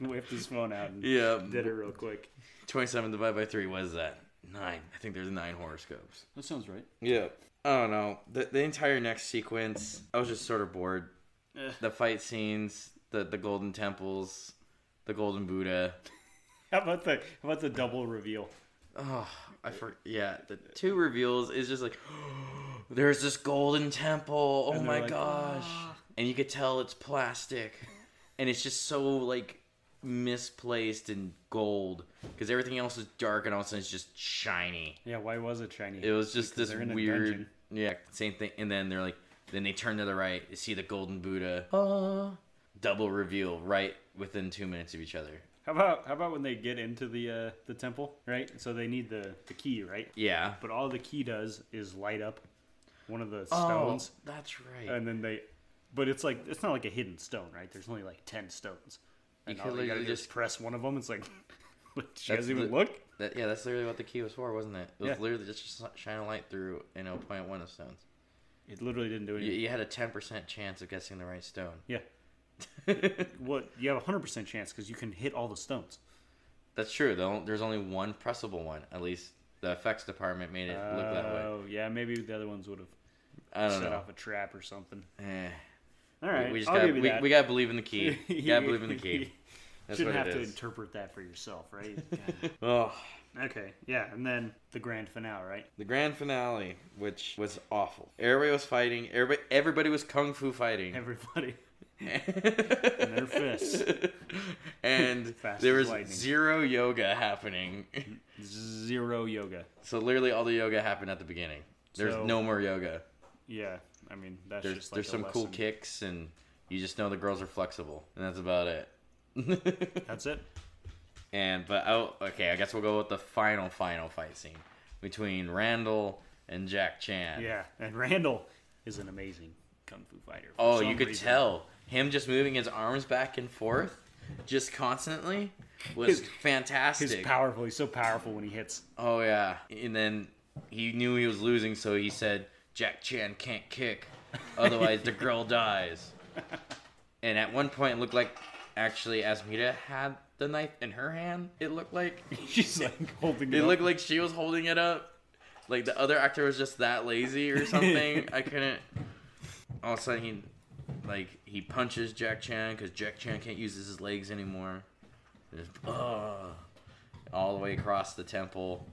S2: Whipped his phone out and
S1: Yeah.
S2: did it real quick.
S1: 27 divided by three was that? Nine. I think there's nine horoscopes.
S2: That sounds right.
S1: Yeah. I don't know. The, the entire next sequence, I was just sort of bored.
S2: Eh.
S1: The fight scenes, the, the golden temples, the golden Buddha.
S2: How about the how about the double reveal?
S1: Oh, I for yeah. The two reveals is just like, there's this golden temple. Oh
S2: And they're
S1: my
S2: like,
S1: gosh!
S2: "Ah."
S1: And you could tell it's plastic, and it's just so like misplaced and gold because everything else is dark and all of a sudden it's just shiny.
S2: Yeah, why was it shiny?
S1: It was just this
S2: they're in a
S1: weird,
S2: dungeon.
S1: yeah, same thing. And then they're like, then they turn to the right, you see the golden Buddha,
S2: Uh.
S1: ah, double reveal right within two minutes of each other.
S2: How about how about when they get into the uh, the temple, right? So they need the, the key, right?
S1: Yeah.
S2: But all the key does is light up one of the
S1: Oh,
S2: stones,
S1: that's right.
S2: and then they. But it's like it's not like a hidden stone, right? There's only like ten stones. And
S1: You
S2: all
S1: could
S2: you gotta
S1: literally
S2: do is
S1: just-
S2: press one of them. It's like, did you guys
S1: That's
S2: even
S1: the-
S2: look?
S1: That, yeah, that's literally what the key was for, wasn't it? It was
S2: Yeah.
S1: literally just to s- shine a light through an 0.1 of stones.
S2: It literally didn't do
S1: You,
S2: anything.
S1: you had a 10% chance of guessing the right stone.
S2: Yeah. Well, you have a hundred percent chance because you can hit all the stones.
S1: that's true. Though there's only one pressable one. At least the effects department made it look that way.
S2: Oh yeah, maybe the other ones would have
S1: I don't
S2: set
S1: know.
S2: off a trap or something.
S1: Eh.
S2: Uh,
S1: We-
S2: All right,
S1: we, just
S2: I'll
S1: gotta,
S2: give you
S1: we,
S2: that.
S1: we gotta believe in the key. You gotta believe in the key. That's
S2: Shouldn't
S1: what
S2: have
S1: it
S2: to
S1: is.
S2: interpret that for yourself, right?
S1: Ugh.
S2: okay, yeah, and then the grand finale, right?
S1: the grand finale, which was awful. Everybody was fighting. Everybody, everybody was kung fu fighting.
S2: Everybody,
S1: and
S2: their fists.
S1: And
S2: Fast
S1: there
S2: as
S1: was
S2: lightning.
S1: zero yoga happening.
S2: zero yoga.
S1: So literally all the yoga happened at the beginning. There's
S2: So-
S1: no more yoga.
S2: Yeah, I mean that's
S1: There's
S2: just like
S1: there's
S2: a
S1: some cool
S2: lesson.
S1: kicks and you just know the girls are flexible and that's about it.
S2: That's it.
S1: and but oh okay, I guess we'll go with the final final fight scene between Randall and Jack Chan.
S2: Yeah, and Randall is an amazing kung fu fighter. for
S1: Oh,
S2: some
S1: you could
S2: reason.
S1: tell him just moving his arms back and forth just constantly was
S2: His-
S1: fantastic.
S2: He's powerful. He's so powerful when he hits.
S1: Oh yeah, and then he knew he was losing, so he said, "Jack Chan can't kick, otherwise the girl dies." And at one point, it looked like actually Asmita had the knife in her hand. It looked like
S2: She's like holding.
S1: it
S2: up.
S1: looked like she was holding it up. Like the other actor was just that lazy or something. I couldn't. All of a sudden, he like he punches Jack Chan because Jack Chan can't use his legs anymore. Just, ugh. all the way across the temple.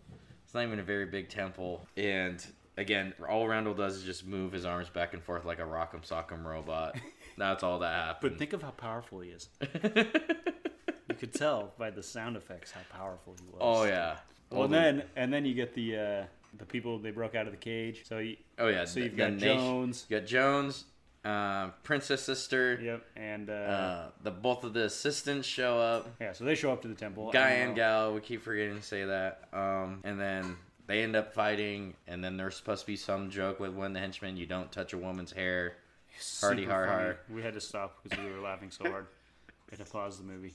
S1: It's not even a very big temple. And again, all Randall does is just move his arms back and forth like a rock'em sock'em robot. That's all that
S2: But
S1: happened.
S2: think of how powerful he is. You could tell by the sound effects how powerful he was.
S1: oh yeah.
S2: Well,
S1: All
S2: and
S1: the-
S2: then and then you get the uh, the people they broke out of the cage. So you,
S1: oh yeah.
S2: so
S1: the-
S2: you've
S1: the
S2: got
S1: nation-
S2: Jones.
S1: You got Jones, uh, Princess Sister.
S2: Yep, and uh,
S1: Uh, the both of the assistants show up.
S2: yeah, so they show up to the temple.
S1: Guy
S2: I don't
S1: and
S2: know.
S1: gal, we keep forgetting to say that. Um, and then they end up fighting, and then there's supposed to be some joke with one of the henchmen. You don't touch a woman's hair.
S2: Super
S1: Hardy har
S2: funny.
S1: har.
S2: We had to stop because we were laughing so hard. We had to pause the movie.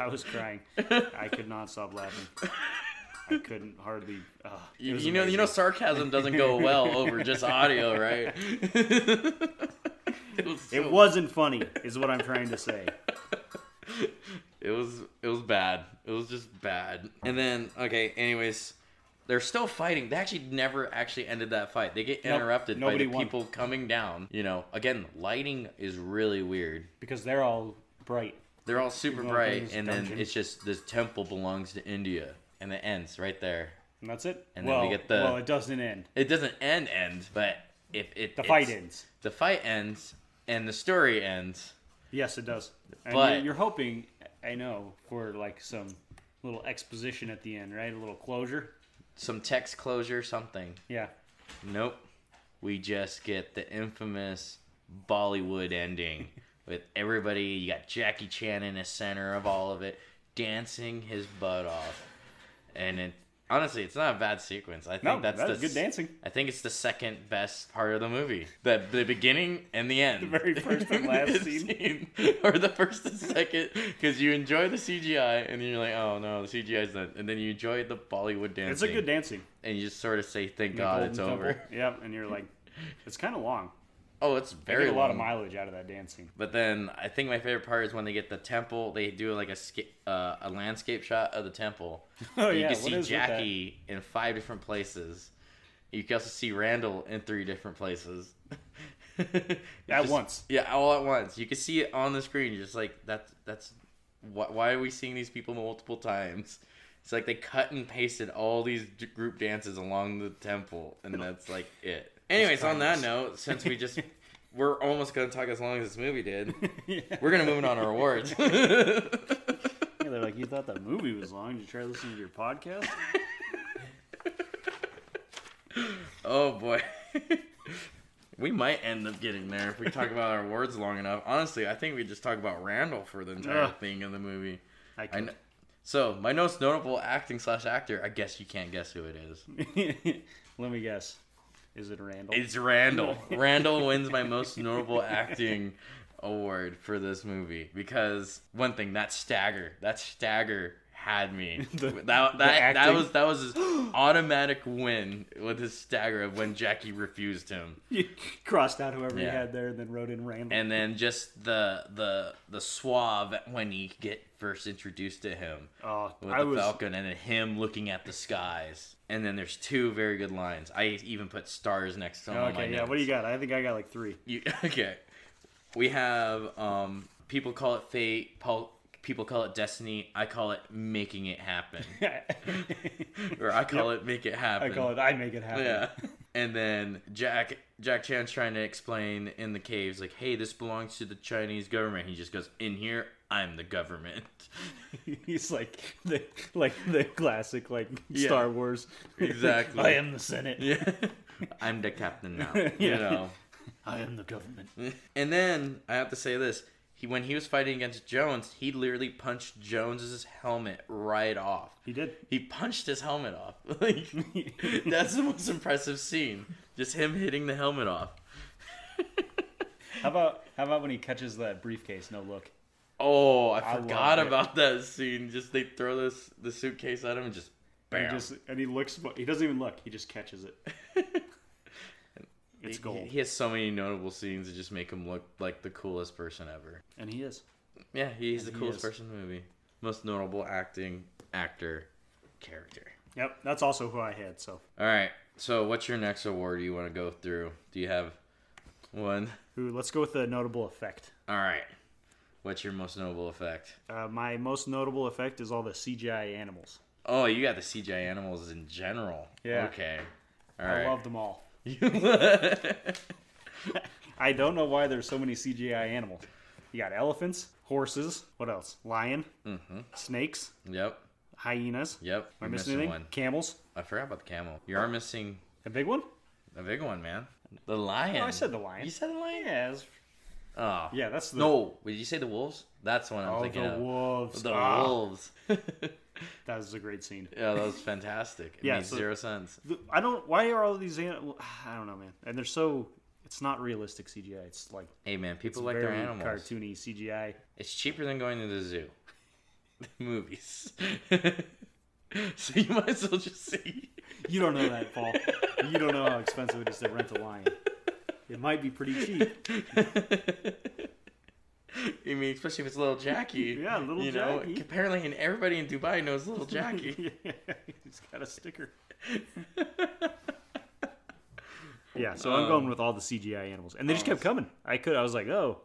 S2: I was crying. I could not stop laughing. I couldn't hardly. Uh,
S1: You, you know, you know, sarcasm doesn't go well over just audio, right? it, was
S2: it
S1: so-
S2: wasn't funny, is what I'm trying to say.
S1: It was. It was bad. It was just bad. And then, okay. Anyways, they're still fighting. They actually never actually ended that fight. They get
S2: Nope,
S1: interrupted by
S2: nobody
S1: the
S2: won.
S1: people coming down. You know, again, lighting is really weird.
S2: Because they're all bright.
S1: They're all super
S2: Even though they're in
S1: bright,
S2: this
S1: and then
S2: dungeon.
S1: it's just this temple belongs to India, and it ends right there.
S2: And that's it.
S1: And then
S2: well,
S1: we get the-
S2: well, it doesn't end.
S1: It doesn't end end, but if it
S2: The fight
S1: it's-
S2: ends.
S1: the fight ends and the story ends.
S2: Yes, it does. And
S1: But-
S2: you're, you're hoping, I know, for like some little exposition at the end, right? A little closure.
S1: Some text closure, something.
S2: Yeah.
S1: Nope. We just get the infamous Bollywood ending with everybody. You got Jackie Chan in the center of all of it, dancing his butt off. And it honestly, it's not a bad sequence. I think
S2: No,
S1: that's
S2: that's
S1: the
S2: good dancing.
S1: I think it's the second best part of the movie. The the beginning and the end. The
S2: very first and last scene.
S1: Or the first and second, because you enjoy the CGI and then you're like, oh no, the CGI's done. And then you enjoy the Bollywood dancing.
S2: It's a good dancing.
S1: And you just sort of say, thank
S2: The
S1: God
S2: Golden
S1: it's
S2: Temple.
S1: over.
S2: Yep. And you're like, it's kind of long.
S1: Oh, it's
S2: They
S1: very
S2: get a lot of
S1: long.
S2: mileage out of that dancing.
S1: But then I think my favorite part is when they get the temple. They do like a sca- uh, a landscape shot of the temple.
S2: Oh,
S1: And you
S2: yeah.
S1: can
S2: what
S1: see
S2: is with that?
S1: Jackie in five different places. You can also see Randall in three different places. at
S2: At once.
S1: Yeah, all at once. You can see it on the screen. You're just like, that's that's why, why are we seeing these people multiple times? It's like they cut and pasted all these d- group dances along the temple, and that's like it. Anyways, on that note, since we just we're almost gonna talk as long as this movie did,
S2: yeah.
S1: we're gonna move on to our awards.
S2: Yeah, they're like, you thought that movie was long. Did you try listening to your podcast?
S1: Oh boy. we might end up getting there if we talk about our awards long enough. Honestly, I think we just talk about Randall for the entire
S2: Ugh.
S1: thing in the movie.
S2: I
S1: I
S2: can.
S1: kn- so my most notable acting slash actor. I guess you can't guess who it is.
S2: Let me guess. Is it Randall?
S1: It's Randall. Randall wins my most notable acting award for this movie because one thing that stagger that stagger had me
S2: The-
S1: that that, that
S2: acting?
S1: was that was his automatic win with his stagger of when Jackie refused him
S2: you crossed out whoever you
S1: Yeah.
S2: had there and then wrote in Randall.
S1: and then just the the the suave when you get first introduced to him
S2: oh,
S1: with
S2: I
S1: the
S2: was.
S1: falcon and then him looking at the skies and then there's two very good lines i even put stars next to him on my
S2: Okay, yeah. What do you
S1: notes.
S2: got? I think I got like three.
S1: You- okay we have um people call it fate Paul, people call it destiny i call it making it happen or i call it make it happen
S2: I call it. I make it happen.
S1: yeah. And then Jack Jack Chan's trying to explain in the caves, like, hey, this belongs to the Chinese government. He just goes, In here, I'm the government.
S2: He's like the like the classic like
S1: Yeah.
S2: Star Wars.
S1: Exactly.
S2: I am the Senate.
S1: Yeah. I'm the captain now. You
S2: Yeah.
S1: know.
S2: I am the government.
S1: Mm. And then I have to say this. He, when he was fighting against Jones, he literally punched Jones's helmet right off.
S2: He did.
S1: He punched his helmet off. Like that's the most impressive scene. Just him hitting the helmet off.
S2: How about how about when he catches that briefcase? No look.
S1: Oh, I,
S2: I
S1: forgot
S2: loved it.
S1: about that scene. Just they throw this the suitcase at him and just
S2: And
S1: bam.
S2: He just and he looks. He doesn't even look. He just catches it. it's gold,
S1: He, he has so many notable scenes that just make him look like the coolest person ever.
S2: and he is.
S1: Yeah, he's the
S2: he
S1: coolest
S2: is.
S1: person in the movie. Most notable acting actor character.
S2: Yep, that's also who I had. So
S1: All right. So, what's your next award you want to go through? Do you have one?
S2: who? Let's go with the notable effect.
S1: All right. What's your most notable effect?
S2: Uh, my most notable effect is all the CGI animals.
S1: Oh, you got the CGI animals in general.
S2: Yeah.
S1: Okay. All
S2: I
S1: right.
S2: love them all. I don't know why there's so many CGI animals. You got elephants, horses. What else? Lion, Mm-hmm. snakes,
S1: yep.
S2: hyenas.
S1: Yep.
S2: Am I
S1: you're
S2: missing anything? Camels.
S1: I forgot about the camel. You are missing
S2: A big one?
S1: a big one, man. The lion.
S2: No, Oh, I said the lion.
S1: You said the lion.
S2: Yeah, it's-
S1: Oh.
S2: yeah, that's the
S1: No, did you say the wolves? That's the one I'm
S2: Oh,
S1: thinking
S2: the
S1: of.
S2: wolves.
S1: The
S2: Ah,
S1: wolves. yeah,
S2: That was a great scene.
S1: that was fantastic. It
S2: Yeah,
S1: made
S2: so-
S1: zero sense.
S2: The- I don't. Why are all these? Animal, I don't know, man. And they're so. It's not realistic CGI. It's like
S1: Hey, man, people like their
S2: very
S1: animals.
S2: cartoony CGI.
S1: It's cheaper than going to the zoo. Movies. so you might as well just see.
S2: You don't know that, Paul. you don't know how expensive it is to rent a lion. It might be pretty cheap.
S1: I mean, especially if it's little Jackie.
S2: Yeah, Little
S1: you know,
S2: Jackie.
S1: Apparently, and everybody in Dubai knows little Jackie.
S2: He's got a sticker. yeah, so I'm
S1: Um,
S2: going with all the CGI animals, and they just kept
S1: nice.
S2: coming. I could. I was like, oh.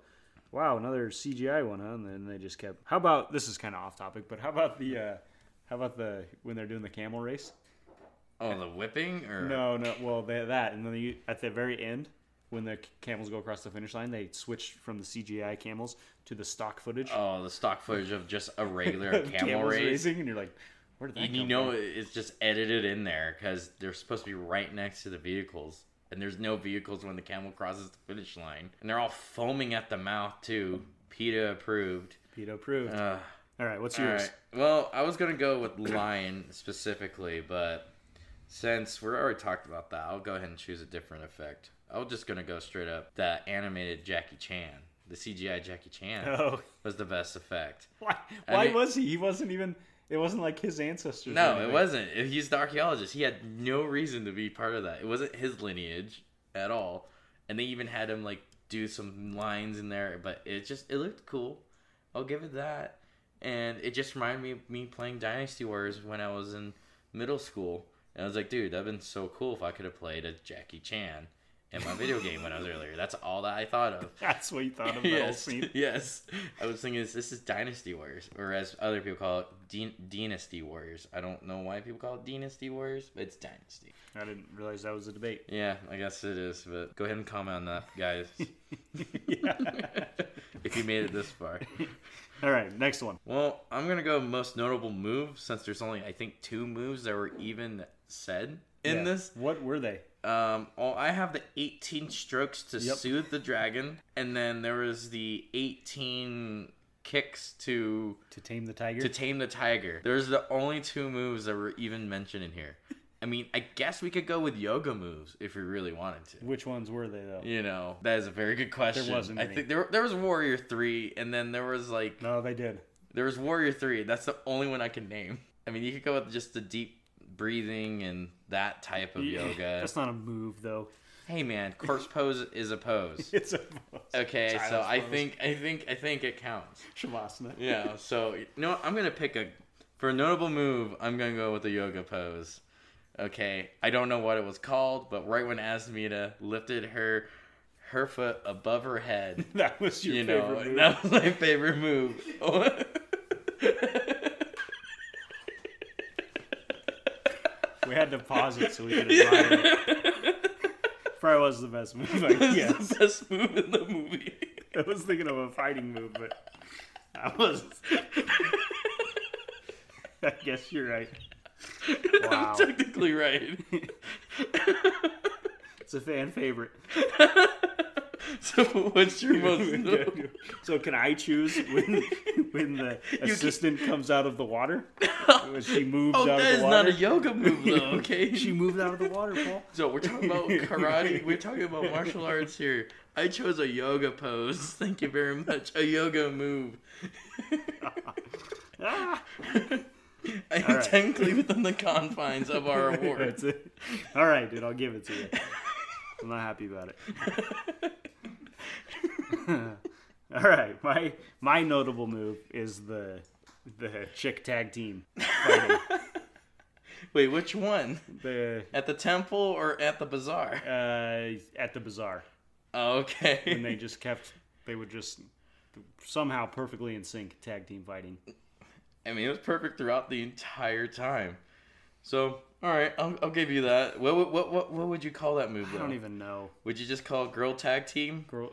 S2: Wow, another CGI one, huh? And then they just kept. How about this is kind of off topic, but how about the, uh, how about the when they're doing the camel race,
S1: Oh, the whipping or
S2: No, no. Well, they, that, and then you, at the very end, when the c- camels go across the finish line, they switched from the CGI camels to the stock footage.
S1: Oh, the stock footage of just a regular
S2: of
S1: camel race.
S2: racing, and you're like, where did that
S1: And
S2: come
S1: you know it's just edited in there because they're supposed to be right next to the vehicles, and there's no vehicles when the camel crosses the finish line, and they're all foaming at the mouth too. PETA approved.
S2: from? Pedo approved.
S1: Uh,
S2: all right, what's
S1: all
S2: yours?
S1: right. Well, I was gonna go with lion specifically, but since we're already talked about that, I'll go ahead and choose a different effect. I'm just gonna go straight up that animated Jackie Chan, the CGI Jackie Chan.
S2: Oh,
S1: Was the best effect.
S2: why?
S1: I
S2: Why
S1: mean-
S2: was he? He wasn't even. It wasn't like his ancestors. or
S1: No, it
S2: anything.
S1: wasn't. If He's the archaeologist. He had no reason to be part of that. It wasn't his lineage at all. And they even had him like do some lines in there, but it just it looked cool. I'll give it that. And it just reminded me of me playing Dynasty Warriors when I was in middle school. And I was like, dude, that'd been so cool if I could have played a Jackie Chan in my video game when I was earlier. That's all that I thought of.
S2: That's what you thought of that whole
S1: yes,
S2: scene.
S1: yes. I was thinking this, this is Dynasty Warriors, or as other people call it, D- Dynasty Warriors. I don't know why people call it Dynasty Warriors, but it's Dynasty.
S2: I didn't realize that was a debate.
S1: Yeah, I guess it is. But go ahead and comment on that, guys,
S2: Yeah.
S1: if you made it this far.
S2: All right, next one.
S1: Well, I'm gonna go most notable move since there's only I think two moves that were even said in
S2: Yeah.
S1: this.
S2: what were they?
S1: Um, oh, I have the 18 strokes to
S2: Yep.
S1: soothe the dragon, and then there was the 18 kicks to
S2: To tame the tiger.
S1: to tame the tiger. There's the only two moves that were even mentioned in here. I mean, I guess we could go with yoga moves if we really wanted to.
S2: Which ones were they though?
S1: You know, that is a very good question.
S2: wasn't
S1: I
S2: any.
S1: think there there was Warrior Three, and then there was like
S2: No, they did.
S1: there was Warrior Three. That's the only one I can name. I mean, you could go with just the deep breathing and that type of yoga.
S2: That's not a move though.
S1: Hey man, corpse pose is a pose.
S2: It's a
S1: Okay, so
S2: Silence
S1: I
S2: pose.
S1: think I think I think it counts.
S2: shavasana.
S1: Yeah, so you know what? I'm gonna pick a for a notable move, I'm gonna go with the yoga pose. Okay. I don't know what it was called, but right when Asmita lifted her her foot above her head,
S2: That was your
S1: you
S2: favorite
S1: know,
S2: move.
S1: that was my favorite move.
S2: We had to pause it so we could admire it. Probably was the best move. Like,
S1: yeah.
S2: yes,
S1: the best move in the movie.
S2: I was thinking of a fighting move, but I was. I guess you're right. Wow.
S1: I'm technically right.
S2: It's a fan favorite.
S1: so what's your most
S2: so can I choose when when the assistant comes out of the water? When she moves
S1: Oh,
S2: out
S1: that
S2: of
S1: is
S2: the water.
S1: not a yoga move though, okay?
S2: she moved out of the water, Paul.
S1: So we're talking about karate. We're talking about martial arts here. I chose a yoga pose. Thank you very much. A yoga move.
S2: Ah!
S1: I'm
S2: All right.
S1: technically within the confines of our award.
S2: That's it. All right, dude, I'll give it to you. I'm not happy about it. All right, my my notable move is the the chick tag team, fighting.
S1: Wait, which one?
S2: the
S1: At the temple or at the bazaar?
S2: uh, at the bazaar,
S1: Oh, okay.
S2: and they just kept they would just somehow perfectly in sync tag team fighting.
S1: I mean, it was perfect throughout the entire time. So, all right, I'll, I'll give you that. What, would- what what what would you call that move?
S2: I
S1: though?
S2: don't even know.
S1: Would you just call it girl tag team?
S2: Girl.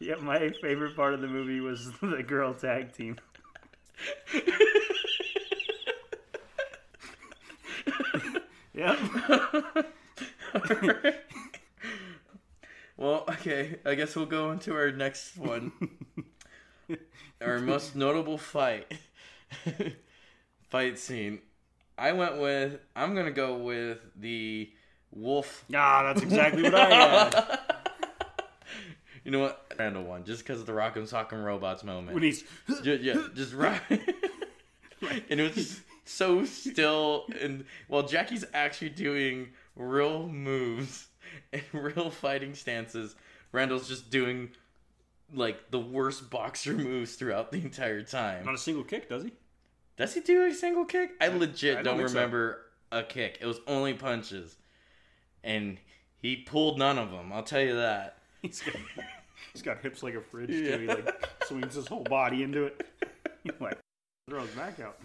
S2: yeah, my favorite part of the movie was the girl tag team. Yep.
S1: Well, okay. I guess we'll go into our next one. our most notable fight. fight scene. I went with I'm going to go with the wolf.
S2: Ah, that's exactly what I had.
S1: You know what? Randall one just cuz of the Rock'em Sock'em Robots moment.
S2: When he's
S1: Ju- yeah, just right. and it was just so still, and while Jackie's actually doing real moves and real fighting stances, Randall's just doing like the worst boxer moves throughout the entire
S2: not
S1: time.
S2: a single kick, does he?
S1: Does he do a single kick? I legit
S2: I don't
S1: don't,
S2: think so.
S1: remember a kick. It was only punches, and he pulled none of them. I'll tell you that.
S2: He's got, he's got hips like a fridge too.
S1: Yeah.
S2: He like swings his whole body into it. He like throws back out.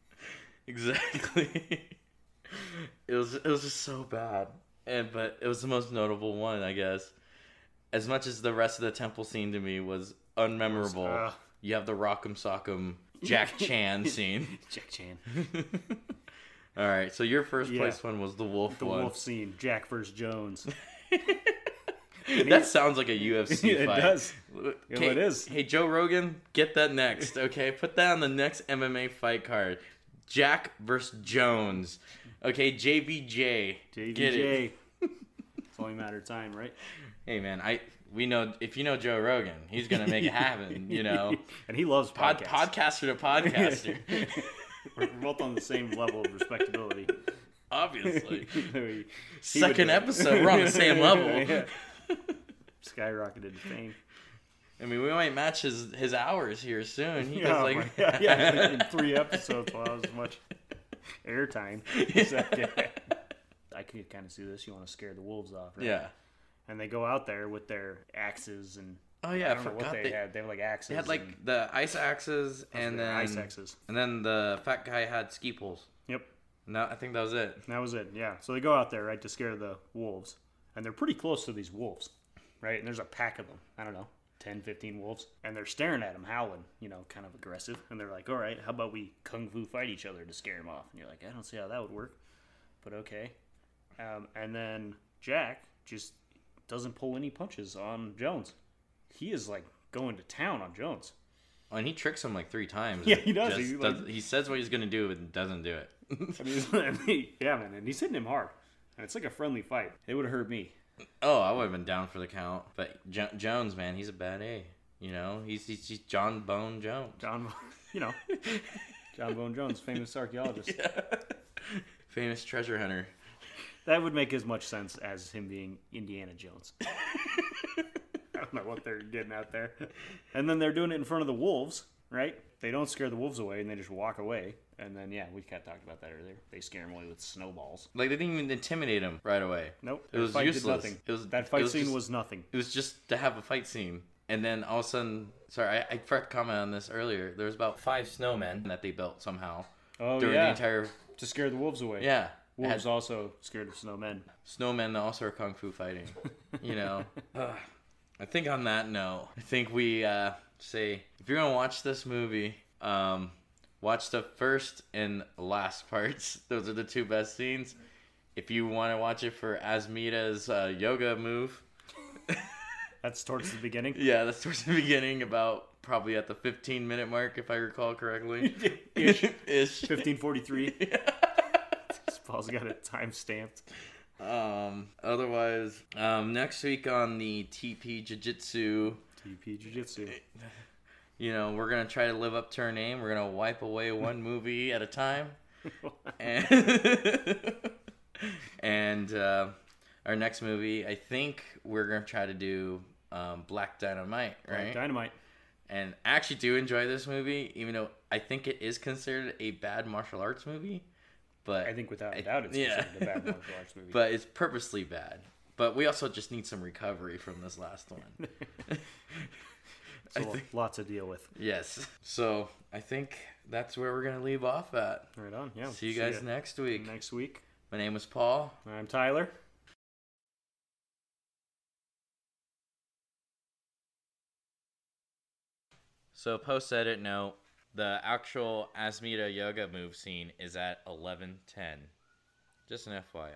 S1: exactly. it was it was just so bad, and but it was the most notable one, I guess. As much as the rest of the temple scene to me was unmemorable,
S2: Ugh.
S1: you have the Rock'em Sock'em Jack Chan scene.
S2: Jack Chan.
S1: All right, so your first
S2: Yeah.
S1: place one was the wolf
S2: The
S1: one.
S2: wolf scene. Jack versus Jones.
S1: That sounds like a UFC
S2: It
S1: fight.
S2: does.
S1: Hey-
S2: well, it is.
S1: Hey, Joe Rogan, get that next, okay? Put that on the next MMA fight card. Jack versus Jones. Okay, JBJ. Get it.
S2: JVJ. it's only a matter of time, right?
S1: Hey, man, I we know if you know Joe Rogan, he's gonna make it happen. You know,
S2: and he loves
S1: Pod,
S2: podcasts.
S1: podcaster to podcaster,
S2: We're both on the same level of respectability.
S1: obviously.
S2: He- he would do
S1: Second
S2: it.
S1: episode, we're on the same level.
S2: Yeah. Skyrocketed to fame.
S1: I mean, we might match his his hours here soon. He
S2: Yeah,
S1: yeah,
S2: oh
S1: like,
S2: my God. yeah, like in three episodes while I was much airtime. It's like, I could kind of see this. You want to scare the wolves off, right?
S1: yeah.
S2: And they go out there with their axes and
S1: Oh yeah, I,
S2: I don't know
S1: forgot
S2: what
S1: they,
S2: they, had. They have like axes.
S1: they had
S2: and-
S1: like the ice axes and
S2: their
S1: then
S2: ice axes.
S1: and then the fat guy had ski poles.
S2: Yep.
S1: No, I think that was it.
S2: And that was it. Yeah. So they go out there, right, to scare the wolves. And they're pretty close to these wolves, right? And there's a pack of them. I don't know, 10, 15 wolves. And they're staring at them, howling, you know, kind of aggressive. And they're like, all right, how about we kung fu fight each other to scare them off? And you're like, I don't see how that would work, but okay. Um, and then Jack just doesn't pull any punches on Jones. He is like going to town on Jones.
S1: Oh, and he tricks him like three times.
S2: Yeah,
S1: and
S2: he does.
S1: just
S2: He, like-
S1: does- he says what he's gonna do and doesn't do it.
S2: I mean, I mean, yeah, man. And he's hitting him hard. And it's like a friendly fight. It would have hurt me.
S1: oh, I would have been down for the count, but jo- Jones, man, he's a bad A. You know, he's he's, he's John Bone Jones,
S2: John, you know, John Bone Jones, famous archaeologist.
S1: famous treasure hunter.
S2: That would make as much sense as him being Indiana Jones. I don't know what they're getting out there. And then they're doing it in front of the wolves, right? They don't scare the wolves away and they just walk away. And then, yeah, we kind of talked about that earlier. They scare them away with snowballs.
S1: Like they didn't even intimidate him right away.
S2: Nope.
S1: It was
S2: that fight did
S1: useless.
S2: nothing.
S1: It was-
S2: that fight
S1: it was
S2: scene
S1: just-
S2: was nothing.
S1: It was just to have a fight scene. And then all of a sudden, sorry, I, I forgot to comment on this earlier. There was about five snowmen that they built somehow
S2: Oh,
S1: during
S2: yeah.
S1: the entire
S2: to scare the wolves away.
S1: yeah. It had
S2: Wolves also scared of snowmen.
S1: snowmen that also are kung fu fighting. You know. Ugh. I think on that note, I think we uh, say if you're gonna watch this movie, um, watch the first and last parts. Those are the two best scenes. If you want to watch it for Asmita's uh, yoga move,
S2: That's towards the beginning.
S1: yeah, that's towards the beginning, about probably at the 15 minute mark, if I recall correctly.
S2: Ish.
S1: Ish.
S2: 1543. Paul's got it time stamped.
S1: Um, otherwise, um, next week on the TP Jiu Jitsu
S2: TP Jiu Jitsu.
S1: you know, we're gonna try to live up to her name. We're gonna wipe away one movie at a time, and, and uh, our next movie, I think we're gonna try to do um, Black Dynamite, right?
S2: Dynamite.
S1: and I actually do enjoy this movie, even though I think it is considered a bad martial arts movie, but
S2: I think without a doubt it's
S1: yeah.
S2: considered a bad martial arts movie.
S1: but it's purposely bad. But we also just need some recovery from this last one.
S2: so lots to deal with.
S1: yes, so I think that's where we're gonna leave off at.
S2: Right on. Yeah.
S1: See you guys
S2: ya
S1: next week.
S2: next week.
S1: My name is Paul.
S2: I'm Tyler.
S1: So post edit note: the actual Asmita yoga move scene is at eleven ten. Just an FYI.